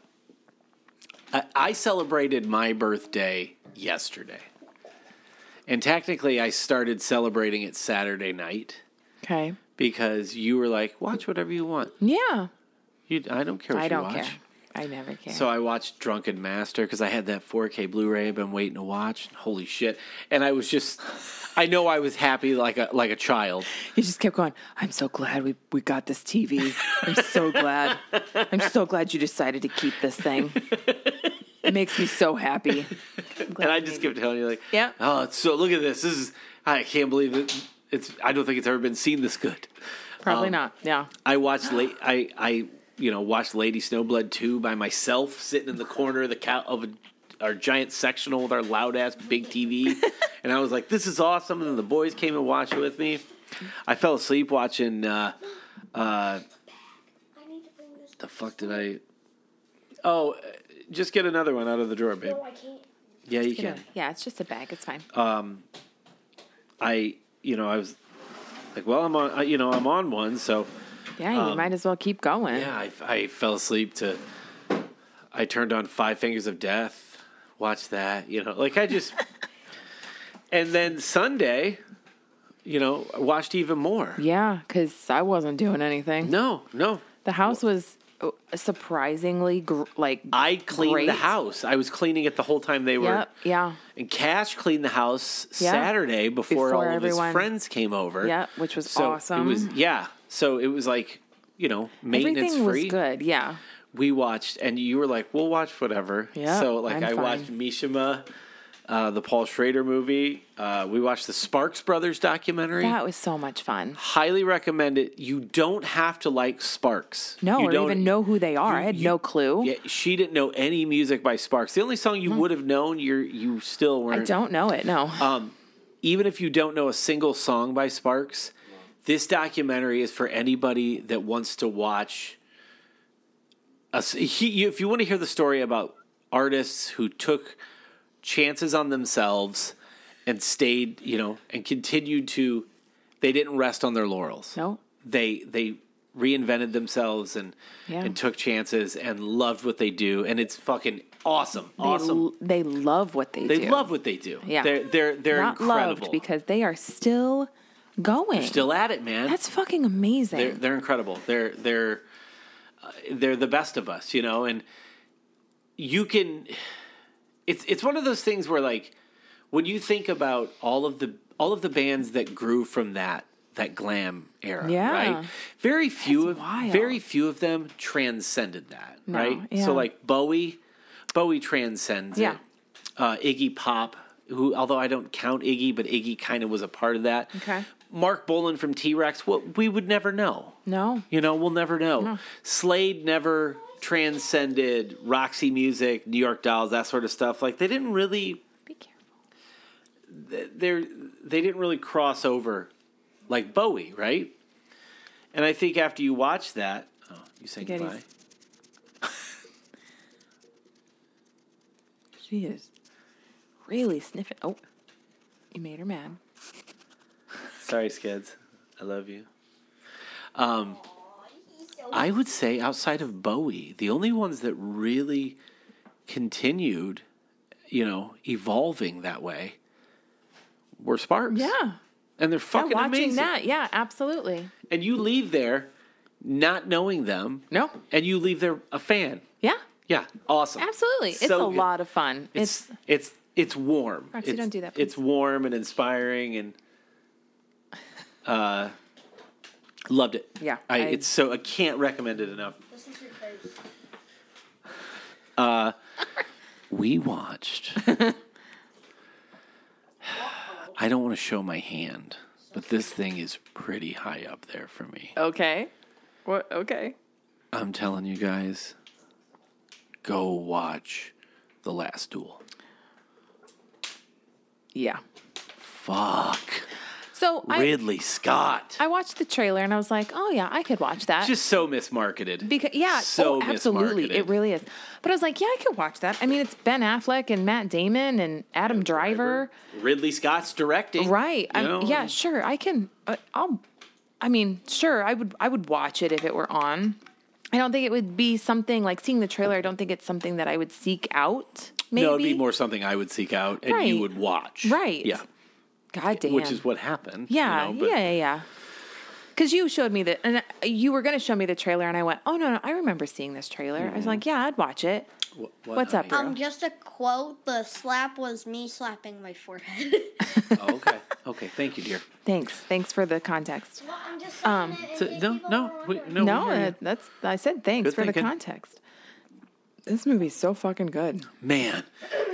B: I, I celebrated my birthday yesterday, and technically, I started celebrating it Saturday night
C: Okay.
B: because you were like, "Watch whatever you want."
C: Yeah.
B: You, I don't care. What
C: I
B: you
C: don't
B: watch.
C: care. I never care.
B: So I watched Drunken Master because I had that 4K Blu-ray I've been waiting to watch. Holy shit! And I was just, I know I was happy like a like a child.
C: you just kept going, I'm so glad we, we got this TV. I'm so glad. I'm so glad you decided to keep this thing. It makes me so happy. I'm glad
B: and I
C: we
B: just
C: made it.
B: kept telling you, like,
C: Mm-hmm. Yeah.
B: oh, it's so look at this. This is I can't believe it. It's I don't think it's ever been seen this good.
C: Probably
B: um,
C: not. Yeah.
B: I watched late. I I you know watched Lady Snowblood two by myself, sitting in the corner of the cow of a, our giant sectional with our loud ass big TV,
C: <laughs>
B: and I was like, this is awesome. And then the boys came and watched it with me. I fell asleep watching. uh uh
E: I need to bring this.
B: The fuck did I? Oh, uh, just get another one out of the drawer, babe.
E: No, I can't.
B: Yeah, you can. Uh,
C: Yeah, it's just a bag. It's fine.
B: I, you know, I was like, well, I'm on, I- you know, I'm on one, so
C: yeah, you might as well keep going.
B: um, yeah, I, I fell asleep to. I turned on Five Fingers of Death, watched that, you know, like I
C: <laughs>
B: just, and then Sunday, you know, I watched even more.
C: Yeah, because I wasn't doing anything.
B: No, no,
C: The house was uh, surprisingly gr- like
B: I cleaned
C: great.
B: the house. I was cleaning it the whole time they were.
C: Yep, yeah,
B: And Cash cleaned the house
C: Yeah.
B: Saturday before,
C: Before
B: all of his
C: everyone.
B: friends came over.
C: Yeah, which was
B: so
C: awesome.
B: It was yeah. So it was like you know maintenance
C: everything
B: free.
C: was good. Yeah,
B: We watched, and you were like, "We'll watch whatever."
C: Yeah,
B: So like
C: I'm
B: I
C: fine.
B: watched Mishima, uh, the Paul Schrader movie. Uh, we watched the Sparks Brothers documentary.
C: that was so much fun.
B: Highly recommend it. You don't have to like Sparks.
C: No,
B: you
C: or
B: don't
C: even know who they are. I had
B: you-
C: no clue. Hmm.
B: Yeah, she didn't know any music by Sparks. The only song you would have known, you are you still
C: I
B: weren't.
C: don't know it. No,
B: Uh, Even if you don't know a single song by Sparks, this documentary is for anybody that wants to watch. A, s- he, you, if you want to hear the story about artists who took chances on themselves and stayed, you know, and continued to, they didn't rest on their laurels
C: no.
B: they they reinvented themselves and
C: Yeah.
B: and took chances and loved what they do and it's fucking awesome awesome
C: They, l- they love what they,
B: they,
C: do.
B: love what they do
C: Yeah.
B: they're they're they're
C: Not
B: incredible
C: loved because they are still going.
B: still at it man
C: That's fucking amazing.
B: they're they're incredible they're they're uh, they're the best of us you know and you can it's it's one of those things where like when you think about all of the all of the bands that grew from that that glam era,
C: Yeah.
B: right? Very few
C: That's
B: of
C: wild.
B: very few of them transcended that,
C: No,
B: right?
C: yeah.
B: So like Bowie, Bowie transcends
C: Yeah.
B: it. Uh, Iggy Pop, who although I don't count Iggy, but Iggy kind of was a part of that.
C: Okay.
B: Mark Bolan from T Rex, what we would never know.
C: no.
B: You know, we'll never know. Slade never transcended Roxy music, New York Dolls, that sort of stuff. Like they didn't really
C: Be careful.
B: they're they didn't really cross over like Bowie, right? And I think after you watch that, oh, you saying
C: Spaghetti's-
B: goodbye?
C: She is really sniffing. Oh, you made her mad.
B: Sorry, skids. I love you. Um, I would say outside of Bowie, the only ones that really continued, you know, evolving that way were Sparks.
C: Yeah.
B: And they're fucking
C: watching
B: amazing.
C: that. Yeah, absolutely.
B: And you leave there not knowing them.
C: No.
B: And you leave there a fan.
C: Yeah,
B: Yeah. Awesome.
C: absolutely. It's
B: So
C: a
B: good.
C: lot of fun. It's,
B: It's it's it's warm.
C: Roxy,
B: It's-
C: don't do that,
B: It's warm and inspiring and uh loved it.
C: Yeah,
B: I,
C: I-
B: it's so I can't recommend it enough.
E: This is your face.
B: We watched <sighs> I don't want to show my hand, but this thing is pretty high up there for me.
C: okay. What? Okay.
B: I'm telling you guys, go watch The Last Duel.
C: Yeah.
B: Fuck.
C: So I
B: Ridley Scott.
C: I watched the trailer and I was like, oh yeah, I could watch that.
B: just so mismarketed.
C: because yeah,
B: so
C: oh, absolutely, it
B: mismarketed.
C: really is. But I was like, yeah, I could watch that. I mean, it's Ben Affleck and Matt Damon and Adam Driver,
B: Ridley Scott's directing,
C: right?
B: You
C: I'm-
B: know?
C: yeah, sure, I can. Uh, I'll. I mean, sure, I would. I would watch it if it were on. I don't think it would be something like seeing the trailer. I don't think it's something that I would seek out. Maybe.
B: No, it'd be more something I would seek out and you
C: Right.
B: would watch,
C: Right.
B: Yeah,
C: God damn.
B: which is what happened. you
C: Yeah,
B: know, but-
C: yeah, yeah, yeah. Because you showed me the, and uh, you were going to show me the trailer, and I went, "Oh no, no, I remember seeing this trailer." I was like, "Yeah, I'd watch it."
B: Wh- what,
C: What's up,
B: honey?
C: Rue?
E: Um, just a quote. The slap was me slapping my forehead. <laughs>
B: Oh, okay, okay, thank you, dear.
C: Thanks, thanks for the context.
E: well, I'm just saying
C: Um,
E: it in
B: So-
E: case
B: no,
E: people
B: no,
E: were
B: we-
E: wondering.
B: no,
C: No,
B: we hear you.
C: uh, that's I said thanks
B: Good
C: for
B: thinking.
C: the context. This movie's so fucking good.
B: man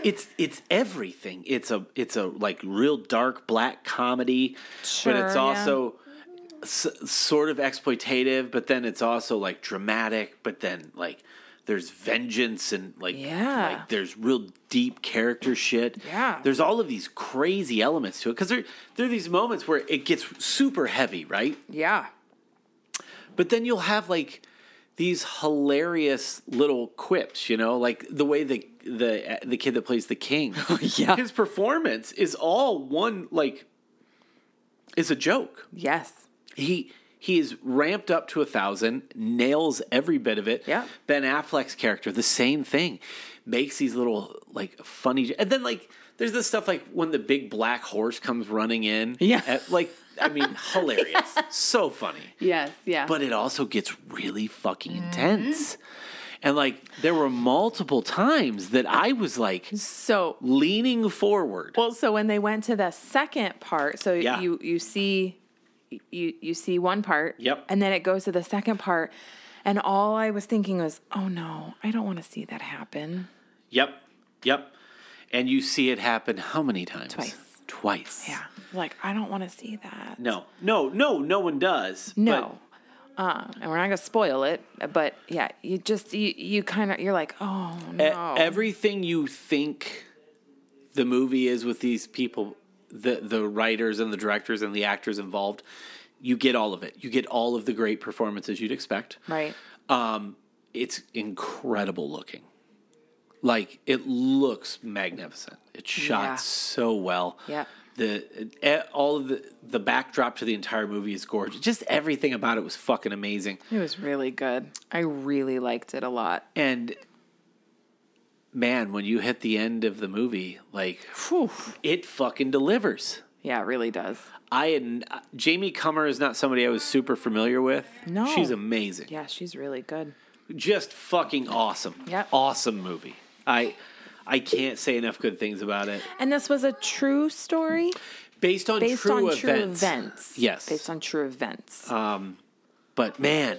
B: it's it's everything it's a it's a like real dark black comedy but
C: Sure,
B: it's
C: yeah.
B: also s- sort of exploitative but then it's also like dramatic but then like there's vengeance and like
C: Yeah.
B: like there's real deep character shit
C: Yeah.
B: there's all of these crazy elements to it because there there are these moments where it gets super heavy right
C: Yeah,
B: but then you'll have like these hilarious little quips, you know, like the way the the the kid that plays the king,
C: <laughs> Yeah.
B: his performance is all one like is a joke.
C: yes,
B: He he is ramped up to a thousand, nails every bit of it.
C: Yeah.
B: Ben Affleck's character, the same thing, makes these little like funny, and then like there's this stuff like when the big black horse comes running in.
C: Yeah.
B: at- like I mean,
C: <laughs>
B: hilarious. So funny.
C: Yes, yeah.
B: But it also gets really fucking
C: Mm-hmm.
B: intense. And like, there were multiple times that I was like
C: so
B: leaning forward.
C: Well, so when they went to the second part, so
B: Yeah.
C: you you see you you see one part,
B: Yep.
C: and then it goes to the second part, and all I was thinking was, oh no, I don't want to see that happen.
B: Yep. Yep. And you see it happen how many times?
C: Twice.
B: Twice.
C: Yeah, like I don't want to see that.
B: No, no, no, no one does.
C: No. Uh, and we're not gonna spoil it, but yeah, you just you, you kind of you're like, oh
B: But
C: no,
B: e- everything you think the movie is with these people, the the writers and the directors and the actors involved, you get all of it. You get all of the great performances you'd expect.
C: right?
B: Um, it's incredible looking. Like it looks magnificent. It's shot
C: Yeah.
B: so well.
C: Yeah.
B: The eh, all of the the backdrop to the entire movie is gorgeous. Just everything about it was fucking amazing.
C: It was really good. I really liked it a lot.
B: And man, when you hit the end of the movie, like
C: Whew.
B: it fucking delivers.
C: Yeah, it really does.
B: I had, uh, Jamie Comer is not somebody I was super familiar with.
C: No.
B: she's amazing.
C: Yeah, she's really good.
B: Just fucking awesome.
C: Yep.
B: awesome movie. I I can't say enough good things about it.
C: And this was a true story
B: Based on
C: based
B: true
C: on
B: events.
C: true events.
B: Yes. Uh,
C: Based on true events.
B: but man,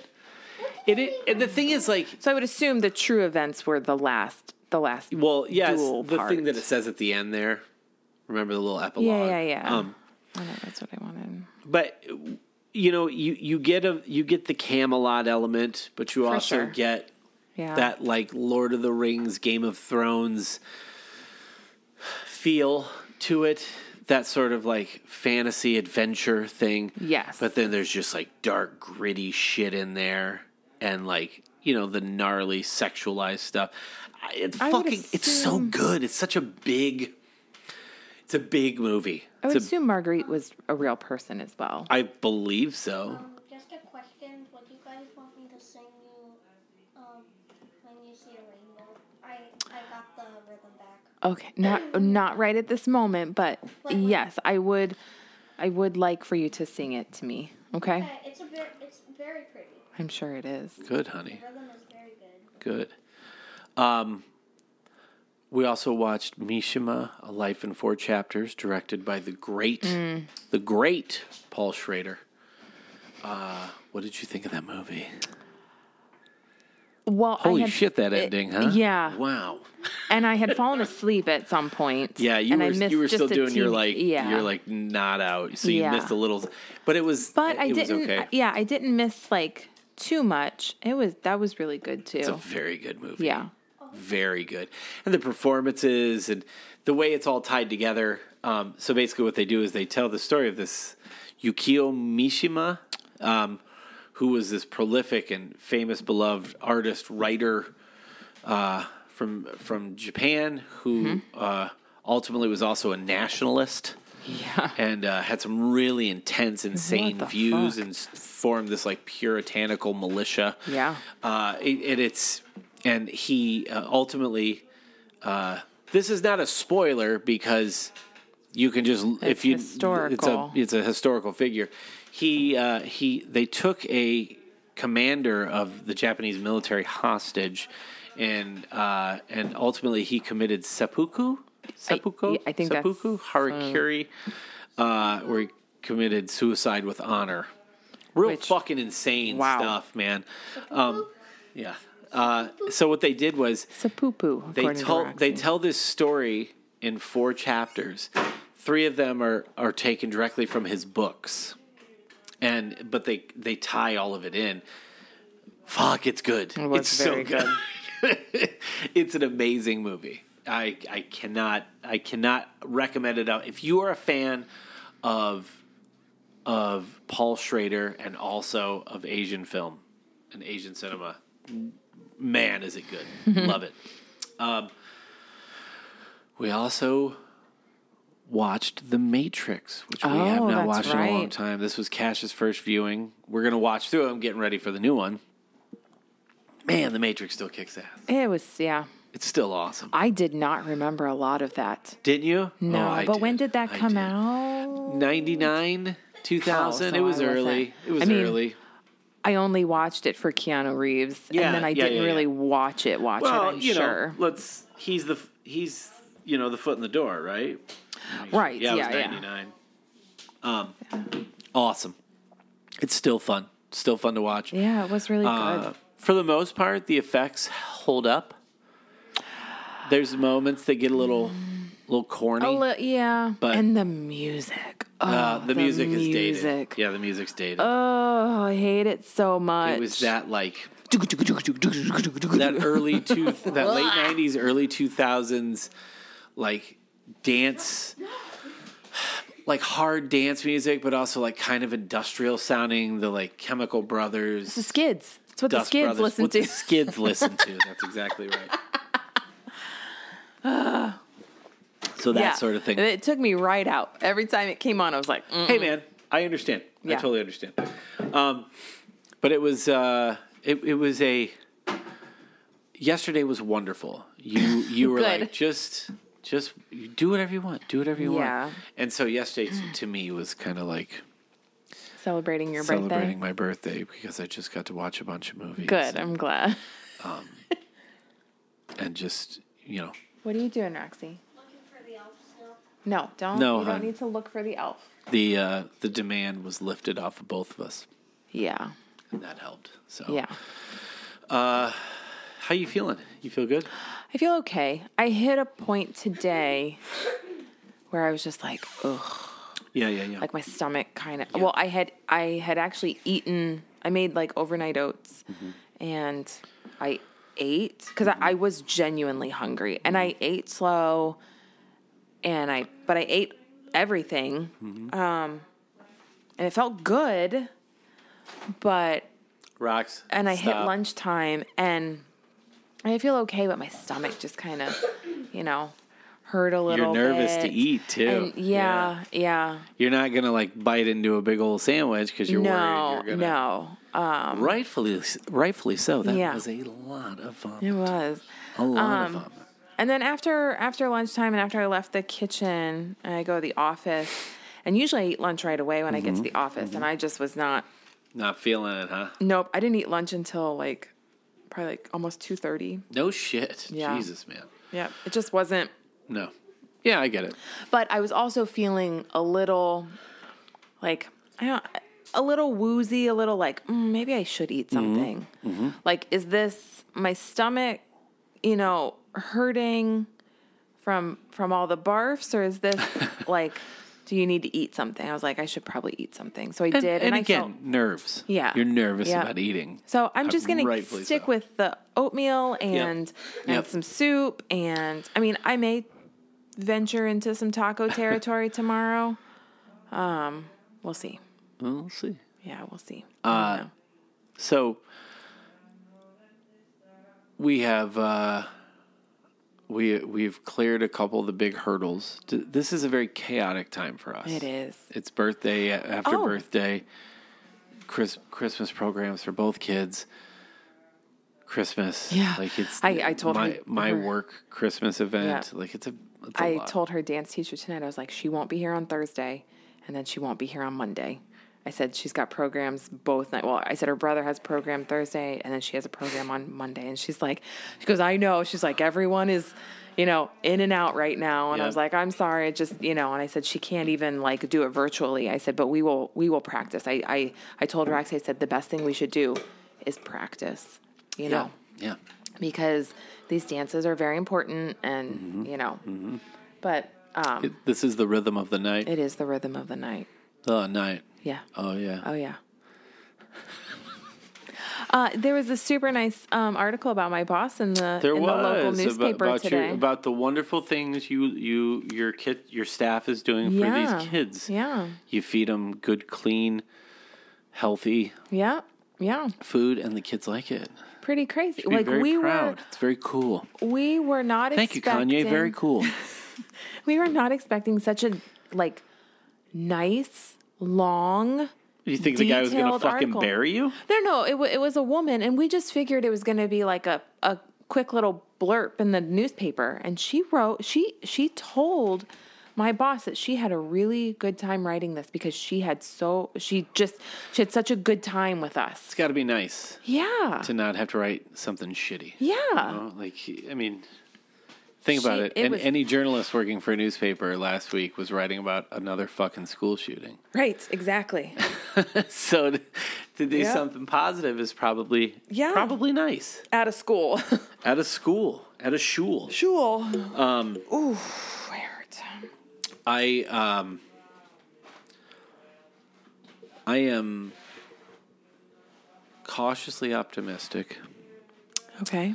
B: it, it and the thing is like
C: so I would assume the true events were the last the last
B: well yes
C: dual
B: the
C: part.
B: thing that it says at the end there. Remember the little epilogue.
C: Yeah, yeah, yeah.
B: Um,
C: I know that's what I wanted.
B: but you know you you get a you get the Camelot element, but you also
C: sure.
B: get
C: Yeah.
B: that like Lord of the Rings, Game of Thrones feel to it. That sort of like fantasy adventure thing.
C: Yes.
B: But then there's just like dark, gritty shit in there and like, you know, the gnarly sexualized stuff. I- It's
C: I would
B: fucking, it's so
C: assume-
B: good. It's such a big, it's a big movie.
C: I would
B: It's a-
C: assume Marguerite was a real person as well.
B: I believe so.
E: Um, just a question. Would you guys want me to sing you um, when you see a rainbow? I, I got the rhythm back.
C: Okay, not not right at this moment, but yes, I would I would like for you to sing it to me. Okay?
E: Yeah, it's, a ver- it's very pretty.
C: I'm sure it is.
B: Good, honey.
E: The rhythm is very good.
B: Good. Um, we also watched Mishima, A Life in Four Chapters, directed by the great,
C: Mm.
B: the great Paul Schrader. Uh, what did you think of that movie?
C: Well, I
B: Holy
C: had-
B: shit, that
C: it-
B: ending, huh?
C: yeah.
B: Wow.
C: and I had fallen asleep at some point.
B: Yeah, you
C: and I
B: were
C: missed
B: you were
C: just
B: still
C: a
B: doing your
C: teen-
B: like
C: yeah.
B: you're like not out, so you
C: Yeah.
B: missed a little, but it was
C: But
B: it,
C: I
B: it
C: didn't.
B: was okay.
C: Yeah, I didn't miss like too much. It was that was really good too.
B: It's a very good movie.
C: yeah,
B: very good and the performances and the way it's all tied together um, so basically what they do is they tell the story of this yukio mishima um, who was this prolific and famous beloved artist writer uh, from from japan who
C: Mm-hmm.
B: uh, ultimately was also a nationalist
C: yeah,
B: and uh, had some really intense, insane
C: the
B: views,
C: fuck?
B: and s- formed this like puritanical militia.
C: Yeah.
B: uh, it, and it's and he uh, ultimately. Uh, this is not a spoiler because you can just if you It's a
C: historical.
B: it's a historical figure. He uh, he they took a commander of the Japanese military hostage, and uh, and ultimately he committed seppuku. Seppuku.
C: yeah, I think that's-
B: seppuku harikiri, uh, where he committed suicide with honor. Real
C: Which-
B: fucking insane
C: wow.
B: stuff, man. Um, yeah. Uh, so what they did was
C: it's a poo poo.
B: they tell they tell this story in four chapters. Three of them are are taken directly from his books, and but they they tie all of it in. Fuck, it's good.
C: was
B: it's
C: very
B: so good. <laughs> it's an amazing movie. I I cannot I cannot recommend it out. If you are a fan of of Paul Schrader and also of Asian film and Asian cinema, man, is it good.
C: Mm-hmm.
B: Love it. Um, we also watched The Matrix, which we have
C: Oh,
B: not
C: that's
B: watched in a long
C: right.
B: time. This was Cash's first viewing. We're going to watch through it. I'm getting ready for the new one. Man, The Matrix still kicks ass.
C: It was yeah.
B: It's still awesome.
C: I did not remember a lot of that.
B: Didn't you?
C: No,
B: Oh, I
C: but when did that
B: I
C: come
B: did.
C: out?
B: 99,
C: Oh,
B: 2000.
C: so
B: it was
C: I wasn't.
B: early. It was
C: I mean,
B: early.
C: I only watched it for Keanu Reeves,
B: Yeah,
C: and then I
B: yeah,
C: didn't
B: yeah,
C: really
B: yeah.
C: watch it. Watch
B: Well,
C: it. I'm
B: you
C: sure.
B: know, let's. He's the f- he's you know the foot in the door, right?
C: right.
B: Yeah,
C: Yeah.
B: it
C: Yeah.
B: was 99. Um, awesome. It's still fun. Still fun to watch.
C: Yeah, It was really
B: Uh,
C: good.
B: for the most part, the effects hold up. There's moments that get a little, little corny.
C: A li- yeah.
B: but-
C: and the music. Oh,
B: uh, the, music is
C: music.
B: dated. Yeah, the music's dated.
C: Oh, I hate it so much.
B: it was that like that
C: <laughs>
B: early two, that late '90s, early 2000s, like dance, like hard dance music, but also like kind of industrial sounding. The like Chemical Brothers.
C: the skids. It's what the
B: Dust
C: skids
B: Brothers.
C: listen
B: what
C: to. <laughs>
B: The skids listen to. That's exactly
C: <sighs>
B: right. so that
C: Yeah.
B: sort of thing.
C: It took me right out. Every time it came on, I was like, mm.
B: hey, man, I understand. I
C: Yeah.
B: totally understand. Um, but it was uh, it, it was a. Yesterday was wonderful. You
C: <laughs>
B: you were
C: Good.
B: like just just you do whatever you want. Do whatever you
C: Yeah.
B: want. And so yesterday t- to me was kind of like
C: celebrating your
B: celebrating
C: birthday.
B: my birthday because I just got to watch a bunch of movies.
C: Good. I'm glad.
B: and just you know
C: What are you doing, Roxy?
E: Looking for the elf still.
C: No, don't.
B: No,
C: you
B: hon.
C: don't need to look for the elf.
B: the uh, the demand was lifted off of both of us,
C: Yeah.
B: and that helped. So,
C: Yeah.
B: how you feeling? You feel
C: <sighs>
B: good?
C: I feel okay. I hit a point today where I was just like, ugh,
B: Yeah, yeah, yeah.
C: like my stomach kind of. Well, I had I had actually eaten. I made like overnight oats, and I ate because I, I was genuinely hungry, and I ate slow, and I but I ate everything, um, and it felt good, but
B: Rocks.
C: and I hit
B: stop.
C: lunchtime and I feel okay, but my stomach just kind of, you know, hurt a little.
B: You're nervous to
C: bit.
B: eat too.
C: And yeah, yeah.
B: You're not gonna like bite into a big old sandwich because you're
C: no,
B: worried. You're gonna,
C: no,
B: Rightfully, rightfully so. That
C: Yeah.
B: was a lot of vomit.
C: it um, was.
B: a lot of vomit.
C: And then after after lunchtime and after I left the kitchen, I go to the office, and usually I eat lunch right away when I
B: Mm-hmm.
C: get to the office, and I just was not.
B: Not feeling it, huh?
C: Nope, I didn't eat lunch until like probably like almost two thirty.
B: No shit.
C: Yeah.
B: Jesus, man.
C: Yeah, it just wasn't.
B: No. Yeah, I get it.
C: but I was also feeling a little like I don't a little woozy, a little like mm, maybe I should
B: Mm-hmm.
C: eat something. Like is this my stomach, you know, hurting from from all the barfs or is
B: <laughs>
C: this like do you need to eat something? I was like I should probably eat something. So I
B: And,
C: did
B: and
C: I
B: again,
C: felt-
B: nerves.
C: Yeah.
B: You're nervous
C: Yeah.
B: about eating.
C: so I'm
B: Uh,
C: just gonna
B: rightfully
C: stick
B: so.
C: with the oatmeal and and
B: Yep.
C: some soup and I mean I may venture into
B: <laughs>
C: some taco territory tomorrow. Um, we'll see.
B: Well, we'll see.
C: Yeah, we'll see.
B: Uh,
C: I don't know.
B: So we have uh, we we've cleared a couple of the big hurdles. D- This is a very chaotic time for us.
C: It is.
B: It's birthday a- after
C: Oh.
B: birthday, Chris, Christmas programs for both kids. Christmas,
C: Yeah.
B: like it's.
C: I- I told
B: my
C: her-
B: my
C: her-
B: work Christmas event.
C: Yeah.
B: Like it's a. It's a
C: I
B: lot.
C: told her dance teacher tonight. I was like, she won't be here on Thursday, and then she won't be here on Monday. I said she's got programs both night. Well, I said her brother has program Thursday, and then she has a program on Monday. And she's like, she goes, I know. She's like, everyone is, you know, in and out right now. And I
B: Yeah.
C: was like, I'm sorry, it just you know. And I said she can't even like do it virtually. I said, but we will, we will practice. I, I, I told Rox, I said the best thing we should do is practice. You know,
B: Yeah.
C: because these dances are very important and
B: Mm-hmm.
C: you know but um
B: It- this is the rhythm of the night.
C: it is the rhythm of the night
B: oh, night.
C: yeah
B: Oh yeah.
C: oh yeah <laughs> uh there was a super nice um article about my boss in the
B: There
C: in
B: was
C: the local
B: abo-
C: newspaper
B: about,
C: today
B: Your, about the wonderful things you you your kid your staff is doing for
C: Yeah.
B: these kids.
C: yeah
B: You feed them good, clean, healthy
C: yeah yeah
B: food, and the kids like it.
C: pretty crazy
B: Be
C: like
B: very
C: we
B: proud. It's very cool.
C: were we were not
B: Thank you, Kanye. Very
C: expecting-
B: cool.
C: we were not expecting such a like nice long
B: You think the guy was going to
C: Detailed
B: fucking
C: article.
B: bury you?
C: No, no, it, w- it was a woman, and we just figured it was going to be like a, a quick little blurb in the newspaper. And she wrote, she she told my boss that she had a really good time writing this because she had so she just she had such a good time with us.
B: It's got to be nice
C: Yeah.
B: to Uh-huh. not have to write something shitty.
C: Yeah.
B: You know, Like, I mean, think about
C: She-
B: it.
C: it
B: and
C: was-
B: any journalist working for a newspaper last week was writing about another fucking school shooting.
C: Right, exactly.
B: So <laughs> to, to do
C: Yeah.
B: something positive is probably
C: Yeah.
B: probably nice
C: Out of school. <laughs>
B: at a school at a shul.
C: Jewel. Um Ooh, where it's
B: I um I am cautiously optimistic
C: Okay.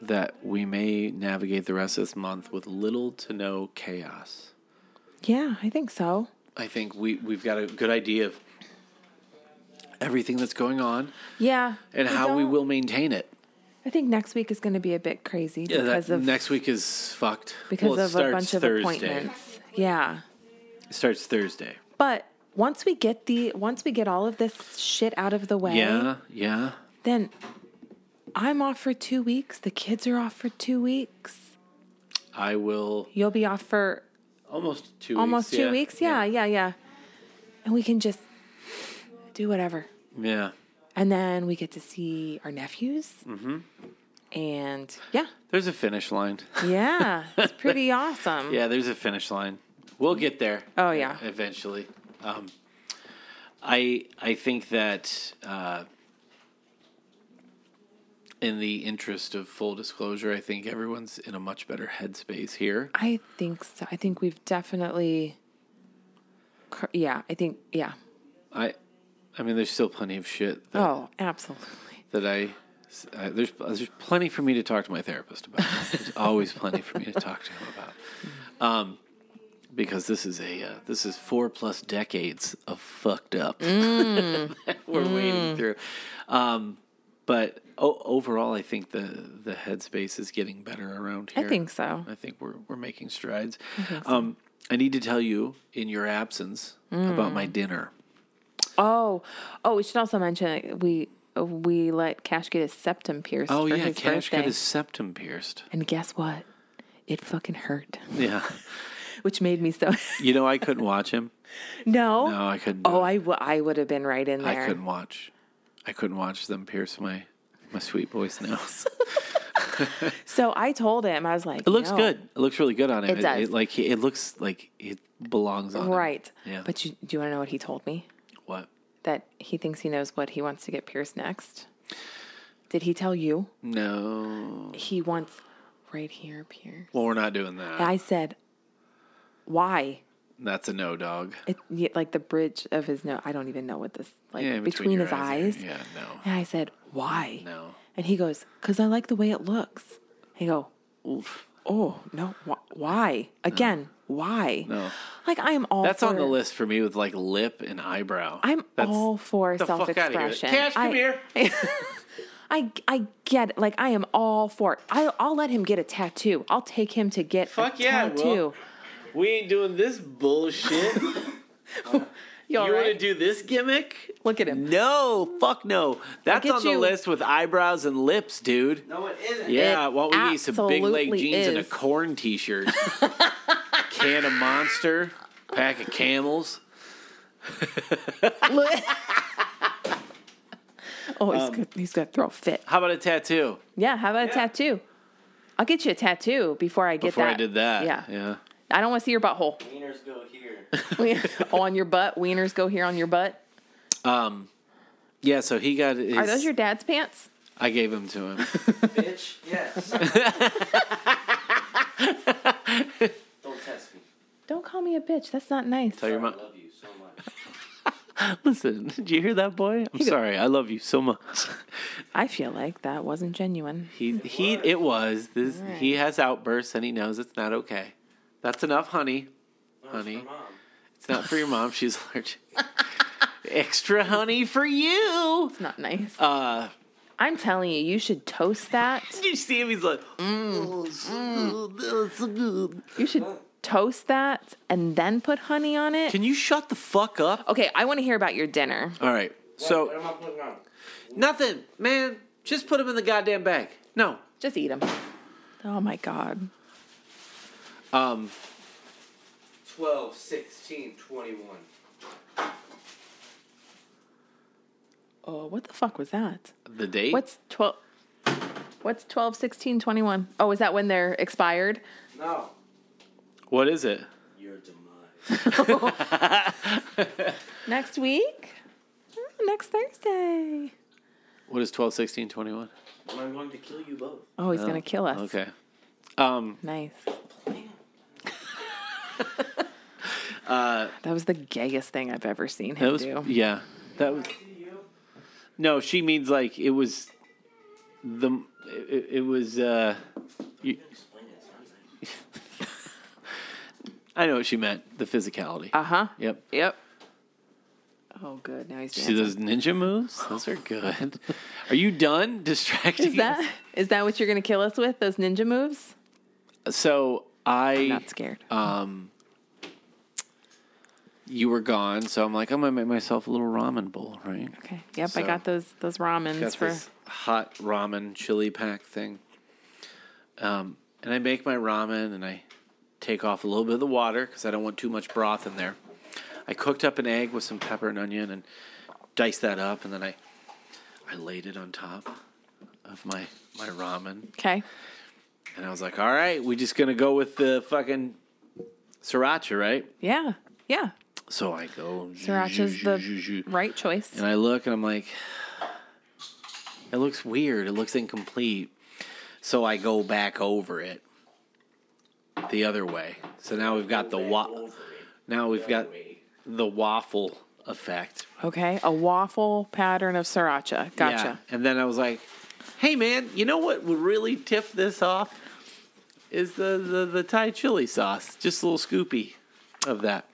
B: that we may navigate the rest of this month with little to no chaos.
C: Yeah, I think so.
B: I think we we've got a good idea of everything that's going on
C: Yeah.
B: and how we
C: don't-
B: will maintain it.
C: I think next week is going to be a bit crazy
B: Yeah,
C: because
B: that,
C: of
B: next week is fucked
C: because
B: Well, it
C: of a
B: starts
C: bunch of
B: Thursday.
C: appointments. Yeah.
B: It starts Thursday.
C: But once we get the once we get all of this shit out of the way,
B: Yeah, yeah.
C: then I'm off for 2 weeks, the kids are off for 2 weeks.
B: I will
C: You'll be off for
B: almost two.
C: almost
B: weeks,
C: 2 weeks. Yeah, yeah, yeah, And we can just do whatever.
B: yeah. yeah.
C: And then we get to see our nephews. Mhm.
B: Mm-hmm.
C: And yeah.
B: There's a finish line.
C: Mm-hmm. Yeah. it's
B: <laughs>
C: pretty awesome.
B: yeah, there's a finish line. We'll get there. e-,
C: Oh, yeah.
B: eventually. Um, I I think that uh, in the interest of full disclosure, I think everyone's in a much better headspace here.
C: I think so. I think we've definitely. cr- Yeah, I think yeah.
B: I I mean, there's still plenty of shit that,
C: Oh, absolutely.
B: that I. Uh, there's there's plenty for me to talk to my therapist about.
C: <laughs>
B: There's always plenty for me to talk to him about, um, because this is a uh, this is four plus decades of fucked up
C: Mm.
B: that <laughs> we're wading through. Um, but o- overall, I think the the headspace is getting better around
C: I
B: here.
C: think so.
B: I think we're we're making strides. Um, I need to tell you in your absence about
C: Mm.
B: my dinner.
C: Oh, oh, we should also mention that we uh, we let Cash get his septum pierced.
B: Oh
C: for
B: yeah,
C: his
B: Cash
C: birthday.
B: got his septum pierced.
C: And guess what? It fucking hurt,
B: Yeah.
C: which made me so. <laughs>
B: You know, I couldn't watch him.
C: no.
B: No, I couldn't. do
C: Oh,
B: it.
C: I, w- I would have been right in
B: I
C: there.
B: couldn't watch. I couldn't watch them pierce my my sweet boy's
C: <laughs>
B: nails.
C: So I told him I was like,
B: It looks good. It looks really good on him.
C: It does.
B: like he- it looks like it belongs on him.
C: right?
B: Yeah.
C: But you, do you want to know what he told me?
B: What?
C: That he thinks he knows what he wants to get pierced next. Did he tell you?
B: No.
C: He wants right here pierced.
B: Well, we're not doing that.
C: And I said, "Why?"
B: That's a no, dog.
C: It yeah, like the bridge of his nose. I don't even know what this like
B: Yeah, in
C: between,
B: your
C: his eyes.
B: there. Yeah. No.
C: And I said, "Why?"
B: No.
C: And he goes, "Cause I like the way it looks." I go,
B: Oof.
C: "Oh no, wh- why?" Again, why?
B: No.
C: Like I am all.
B: That's on the
C: for-
B: list for me with like lip and eyebrow.
C: I'm
B: That's,
C: all for
B: the fuck outta here.
C: self-expression.
B: Cash, come
C: I-
B: here.
C: I I get it. Like I am all for it. I I'll let him get a tattoo. I'll take him to get
B: Fuck
C: a
B: yeah, I will.
C: tattoo.
B: We ain't doing this
C: <laughs>
B: bullshit.
C: You all
B: You
C: right?
B: want to do this gimmick?
C: Look
B: <laughs>
C: at him. <laughs>
B: No, fuck no. That's
C: get
B: on the
C: you.
B: list with eyebrows and lips, dude.
D: No, it isn't.
B: Yeah,
C: It
B: well, we need some big leg
C: absolutely
B: jeans and a
C: is.
B: corn t <laughs> shirt, can of monster, pack of camels.
C: Look. oh, he's
B: Um,
C: gonna, he's gonna throw a fit.
B: How about a tattoo?
C: Yeah, how about a tattoo? I'll get you a tattoo before I get
B: Before
C: that.
B: I did that.
C: Yeah.
B: Yeah.
C: I don't want to see your butthole. <laughs>
D: Wieners go here.
C: on your butt. Wieners go here on your butt.
B: Um, yeah, so he got his.
C: Are those your dad's pants?
B: I gave them to him.
D: Bitch,
B: <laughs>
D: yes. Don't test me.
C: Don't call me a bitch. That's not nice.
B: Tell your
D: I
B: mom.
D: love you so much.
B: <laughs> Listen, did you hear that boy? I'm sorry. I love you so much.
C: I feel like that wasn't genuine.
B: <laughs> He he it was. This he has outbursts and he knows it's not okay. That's enough, honey. Honey.
D: Mom.
B: It's not for your mom. She's allergic. <laughs> Extra honey for you.
C: It's not nice.
B: Uh
C: I'm telling you, you should toast that.
B: did you see him? He's like, "Mm, mm, that was so good."
C: You should toast that and then put honey on it.
B: Can you shut the fuck up?
C: Okay, I want to hear about your dinner.
B: All right.
D: what
B: So
D: am I putting on?
B: nothing, man. Just put him in the goddamn bag. No.
C: Just eat them. Oh my god.
B: Um
D: 12, 16, 21.
C: Oh, what the fuck was that?
B: The date?
C: What's 12? What's 12, 16, 21? Oh, is that when they're expired?
D: No.
B: What is it?
D: Your demise.
C: Next week? Hmm, Next Thursday.
B: What is 12, 16, 21?
D: I'm going to kill you both.
C: Oh, he's going to kill us.
B: Okay. Um,
C: Nice. that was the gayest thing I've ever seen him
B: that was,
C: do.
B: yeah. That was, no, she means like it was the, it, it was, uh, you, I know what she meant. The physicality.
C: Uh huh.
B: yep.
C: Yep. Oh, good. Now he's
B: See
C: dancing.
B: those ninja moves? Those are good. Are you done <laughs> distracting?
C: Is that is that what you're going to kill us with? Those ninja moves?
B: us? So I um,
C: Not scared.
B: oh, you were gone, so I'm like, I'm gonna make myself a little ramen bowl, right?
C: okay. Yep. I
B: so-
C: got those those ramens
B: Got
C: for.
B: this hot ramen chili pack thing. Um, and I make my ramen and I take off a little bit of the water because I don't want too much broth in there. I cooked up an egg with some pepper and onion and diced that up, and then I I laid it on top of my my ramen.
C: Okay.
B: And I was like, all right, we just gonna go with the fucking sriracha, right?
C: Yeah. Yeah.
B: So I go
C: Sriracha's the right choice.
B: and I look and I'm like, <sighs> it looks weird. It looks incomplete. So I go back over it the other way. So now we've got the wa- now we've got the waffle effect.
C: Okay. A waffle pattern of sriracha. Gotcha.
B: Yeah. And then I was like, hey man, you know what would really tip this off is the the, the Thai chili sauce. Just a little scoopy of that.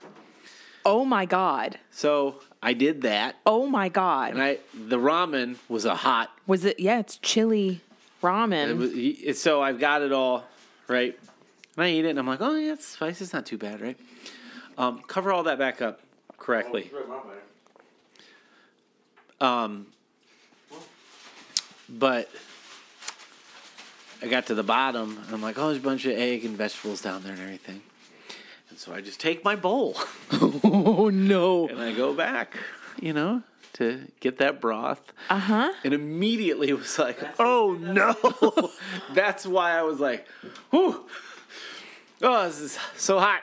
C: Oh my god.
B: So I did that,
C: Oh my god.
B: and I the ramen was a hot
C: was it? Yeah, it's chili ramen.
B: It was, he- it- so I've got it all, right? And I eat it, and I'm like, oh, yeah, it's spicy. It's not too bad, right? Um, cover all that back up correctly. Um, but I got to the bottom, and I'm like, oh, there's a bunch of egg and vegetables down there and everything. And so I just take my bowl, <laughs>
C: oh no.
B: and I go back, you know, to get that broth.
C: Uh huh.
B: And immediately was like, oh no. <laughs> That's why I was like, whew. Oh, this is so hot.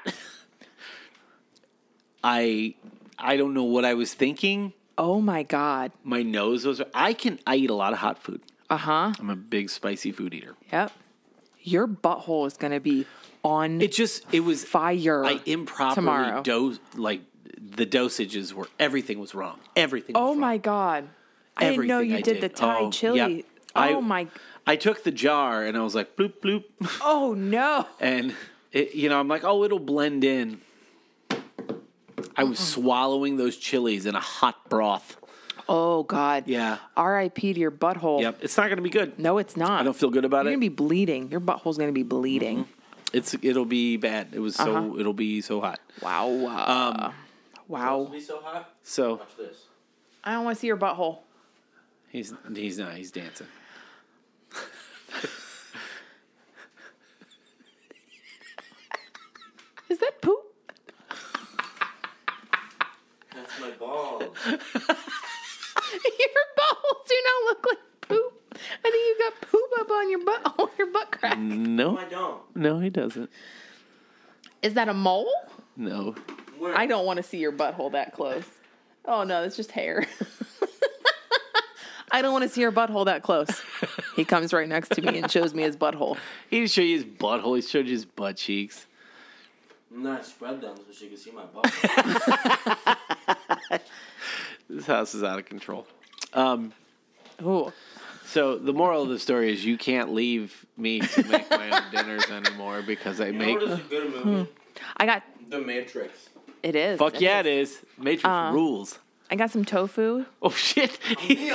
B: I I don't know what I was thinking.
C: Oh my god.
B: My nose was I can I eat a lot of hot food.
C: Uh huh.
B: I'm a big spicy food eater.
C: Yep. Your butthole is gonna be on
B: It just it was
C: fire.
B: I improperly
C: tomorrow.
B: dose like the dosages were everything was wrong. Everything was
C: oh
B: wrong.
C: my god. I didn't know
B: Everything
C: you
B: I
C: did, the Thai
B: Oh,
C: chili.
B: yeah. I-
C: Oh my.
B: I took the jar and I was like bloop <laughs> bloop.
C: Oh no.
B: and it, you know, I'm like, oh, it'll blend in. I was swallowing those chilies in a hot broth.
C: Oh god.
B: Yeah.
C: R.I.P. to your butthole.
B: Yep, it's not going to be good.
C: No, it's not.
B: I don't feel good about
C: You're
B: it. Mm-hmm.
C: gonna be bleeding. Your butthole's gonna be bleeding.
B: It's it'll be bad. It was so
C: Uh-huh.
B: it'll be so hot.
C: Wow.
B: Um,
C: Uh, wow.
D: Be so hot?
B: So
D: Watch this.
C: I don't want to see your butthole.
B: he's he's not. He's dancing.
C: Is that poop?
D: That's my balls.
C: <laughs> your buttholes do not look like poop. I think you got poop up on your butt <laughs> on your butt crack.
B: Mm.
D: No, I
B: No,
D: don't.
B: no, he doesn't.
C: Is that a mole?
B: No,
D: Where?
C: I don't want to see your butthole that close. Oh no, that's just hair. <laughs> I don't want to see your butthole
B: <laughs>
C: that close. He comes right next to me and shows me his butthole.
B: he didn't show you his butthole. He showed you his butt cheeks.
D: No, I spread them so she can see my balls.
B: This house is out of control.
C: Ooh.
B: So the moral of the story is you can't leave me to make my
D: <laughs>
B: own dinners anymore because I
D: You
B: make.
D: know what is a good movie?
C: I got
D: The Matrix.
C: it is.
B: Fuck yeah, it is. Matrix
C: Uh.
B: rules.
C: I got some tofu.
B: Oh shit! He <laughs>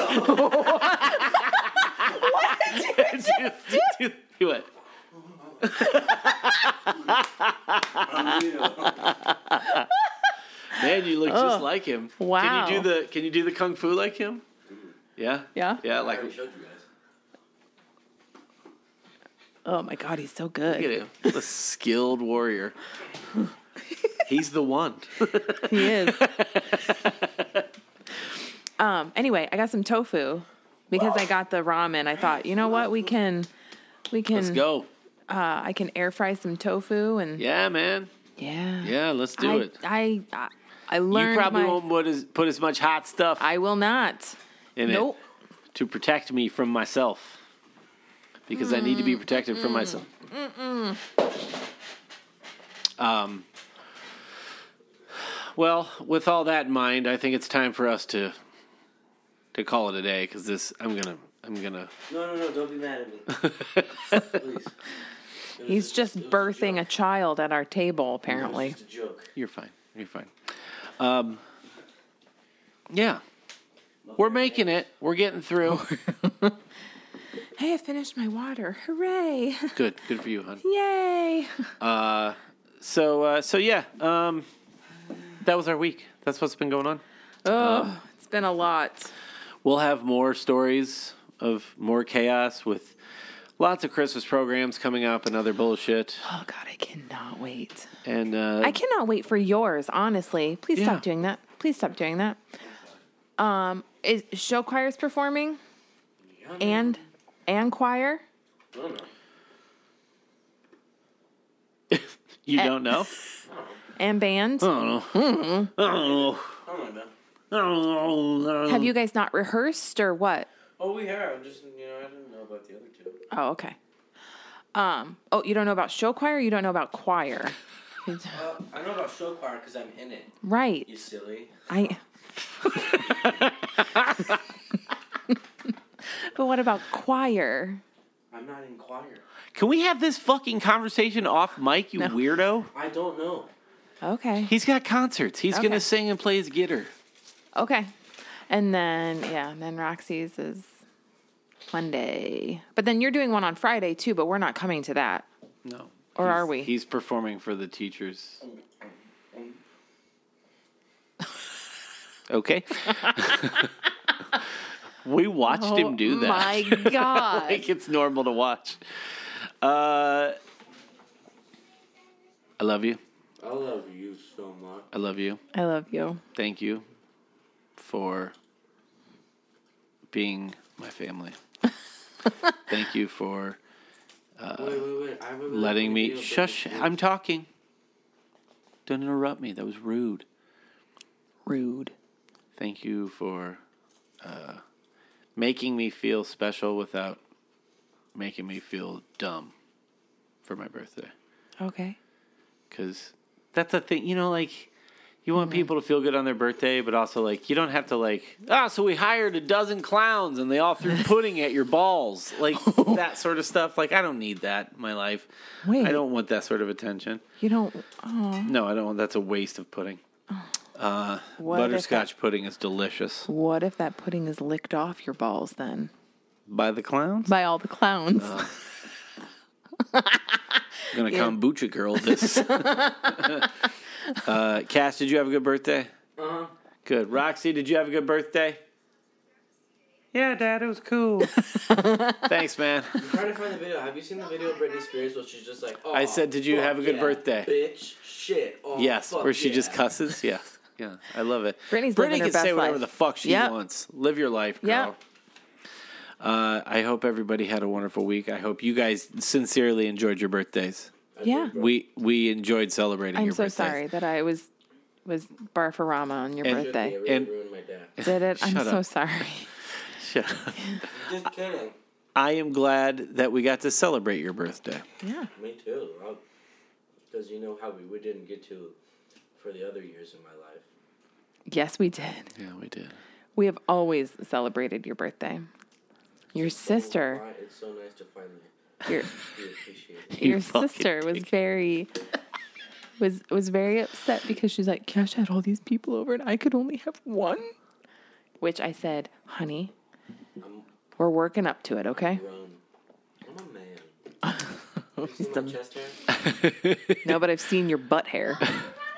B: he- he went. Man, you look just like him.
C: wow.
B: Can you do the Can you do the kung fu like him?
D: Mm-hmm.
B: Yeah.
C: Yeah?
B: Yeah.
D: I
B: Like
D: already
B: look
D: showed you guys.
C: Oh my god, he's so
B: at
C: good. <laughs>
B: him, the skilled warrior. He's the one.
C: He <laughs> is. um, anyway, I got some tofu because I got the ramen. I thought, you know what, we can, we can.
B: Let's go.
C: Uh, I can air fry some tofu and
B: Yeah, man.
C: yeah,
B: Yeah, let's do
C: I,
B: it.
C: I I, I learned.
B: you probably
C: my-
B: won't put as, put as much hot stuff
C: I will not.
B: in
C: nope.
B: it to protect me from myself because I need to be protected from myself. Um. Well, with all that in mind, I think it's time for us to to call it a day because this I'm gonna I'm gonna
D: No, no, no, don't be mad at me. Please. It was
C: He's just
D: it was
C: birthing a
D: joke.
C: child at our table,
D: It was
C: apparently.
D: just a joke.
B: You're fine. You're fine. Um, yeah, we're making it. We're getting through.
C: Hey, I finished my water. Hooray! <laughs>
B: good. Good for you, hon.
C: Yay!
B: Uh, so uh, so yeah. Um, that was our week. That's what's been going on.
C: Oh, it's been a lot.
B: We'll have more stories of more chaos with lots of Christmas programs coming up and other bullshit.
C: Oh God, I cannot wait.
B: And uh,
C: I cannot wait for yours, honestly. Please
B: Yeah.
C: stop doing that. Please stop doing that. Um, is show choir's performing? And and choir?
D: No, no.
B: you don't know.
C: And band?
B: I don't know. I don't
C: Mm-hmm.
B: know.
D: I don't know.
B: I don't know. I don't know.
C: Have you guys not rehearsed or what?
D: Oh, we have. Just, you know, I didn't know about the other two.
C: Oh, okay. Um, oh, you don't know about show choir, you don't know about choir.
D: Uh, I know about show choir because I'm in it.
C: Right.
D: You silly.
C: I <laughs> But what about choir?
D: I'm not in choir.
B: Can we have this fucking conversation off mic, you weirdo?
D: I don't know.
C: Okay.
B: He's got concerts. He's
C: Okay.
B: gonna sing and play his guitar.
C: Okay. And then, yeah, and then Roxy's is Monday. But then you're doing one on Friday too, but we're not coming to that.
B: No.
C: Or are we?
B: He's performing for the teachers. Okay. <laughs> we watched him do that.
C: Oh
B: <laughs>
C: My God.
B: like it's normal to watch. Uh, I love you.
D: I love you so much.
B: I love you.
C: I love you.
B: Thank you for being my
C: <laughs>
B: family. Thank you for
D: wait, wait, wait. I have a really
B: letting
D: good
B: me.
D: deal, but
B: Shush!
D: it's-
B: I'm talking. Don't interrupt me. That was rude.
C: Rude.
B: Thank you for uh, making me feel special without making me feel dumb for my birthday.
C: Okay.
B: Because that's the thing, you know, like you want people to feel good on their birthday, but also like you don't have to like ah. So we hired a dozen clowns and they all threw pudding at your balls, like that sort of stuff. Like I don't need that in my life.
C: Wait.
B: I don't want that sort of attention.
C: You don't. Oh.
B: No, I don't want. That's a waste of pudding. Uh,
C: What if
B: butterscotch pudding is delicious.
C: What if that pudding is licked off your balls then
B: By the clowns.
C: by all the clowns?
B: Uh, gonna kombucha girl
C: <laughs>
B: this. <laughs> uh, Cass, did you have a good birthday?
D: Uh-huh.
B: Good. Roxy, did you have a good birthday? Yeah, Dad, it was cool. Thanks,
C: <laughs>
B: man.
D: I'm trying to find the video. Have you seen the video of Britney Spears where she's just like, oh,
B: I said, "Did you have a good birthday?"
D: Bitch, shit. Oh,
B: Yes,
D: fuck
B: where she
D: yeah.
B: just cusses. Yeah, yeah, I love it.
C: Brittany's
B: Brittany
C: living her
B: can
C: best
B: say whatever
C: life.
B: the fuck she
C: Yep.
B: wants. Live your life, girl.
C: Yep.
B: Uh, I hope everybody had a wonderful week. I hope you guys sincerely enjoyed your birthdays.
C: yeah.
B: We we enjoyed celebrating.
C: I'm
B: your
C: so
B: birthdays.
C: sorry that I was was barfarama on your
B: And-
D: They
C: birthday.
D: really
B: And-
D: ruined my dad.
B: <laughs>
C: Did it? I'm
B: Shut
C: so
B: up.
C: sorry.
B: <laughs> Shut up.
D: Just kidding.
B: I am glad that we got to celebrate your birthday.
C: Yeah.
D: Me too. Because you know how we, we didn't get to for the other years in my life.
C: Yes, we did.
B: Yeah, we did.
C: We have always celebrated your birthday. Your sister,
D: Why- It's so nice to finally
C: your
D: be appreciated.
B: You
C: your <laughs>
B: fucking
C: sister was very was was very upset because she's like, Cash had all these people over and I could only have one. Which I said, honey,
D: I'm
C: we're working up to it, okay?
D: grown. I'm a
B: <laughs>
D: man. you see my chest hair?
C: No, but I've seen your butt <laughs> hair.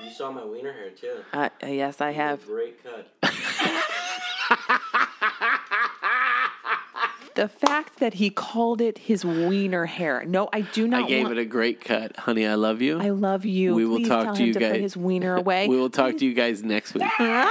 D: You saw my wiener hair too.
C: Uh, yes, I have.
D: Great cut.
C: The fact that he called it his wiener hair. No, I do not.
B: I gave
C: want,
B: it a great cut, honey. I love you.
C: I love you.
B: We will
C: Please
B: talk
C: tell
B: to
C: him
B: you <laughs>
C: to <laughs>
B: guys-
C: Put his wiener away.
B: we will talk to you guys next week.
C: will.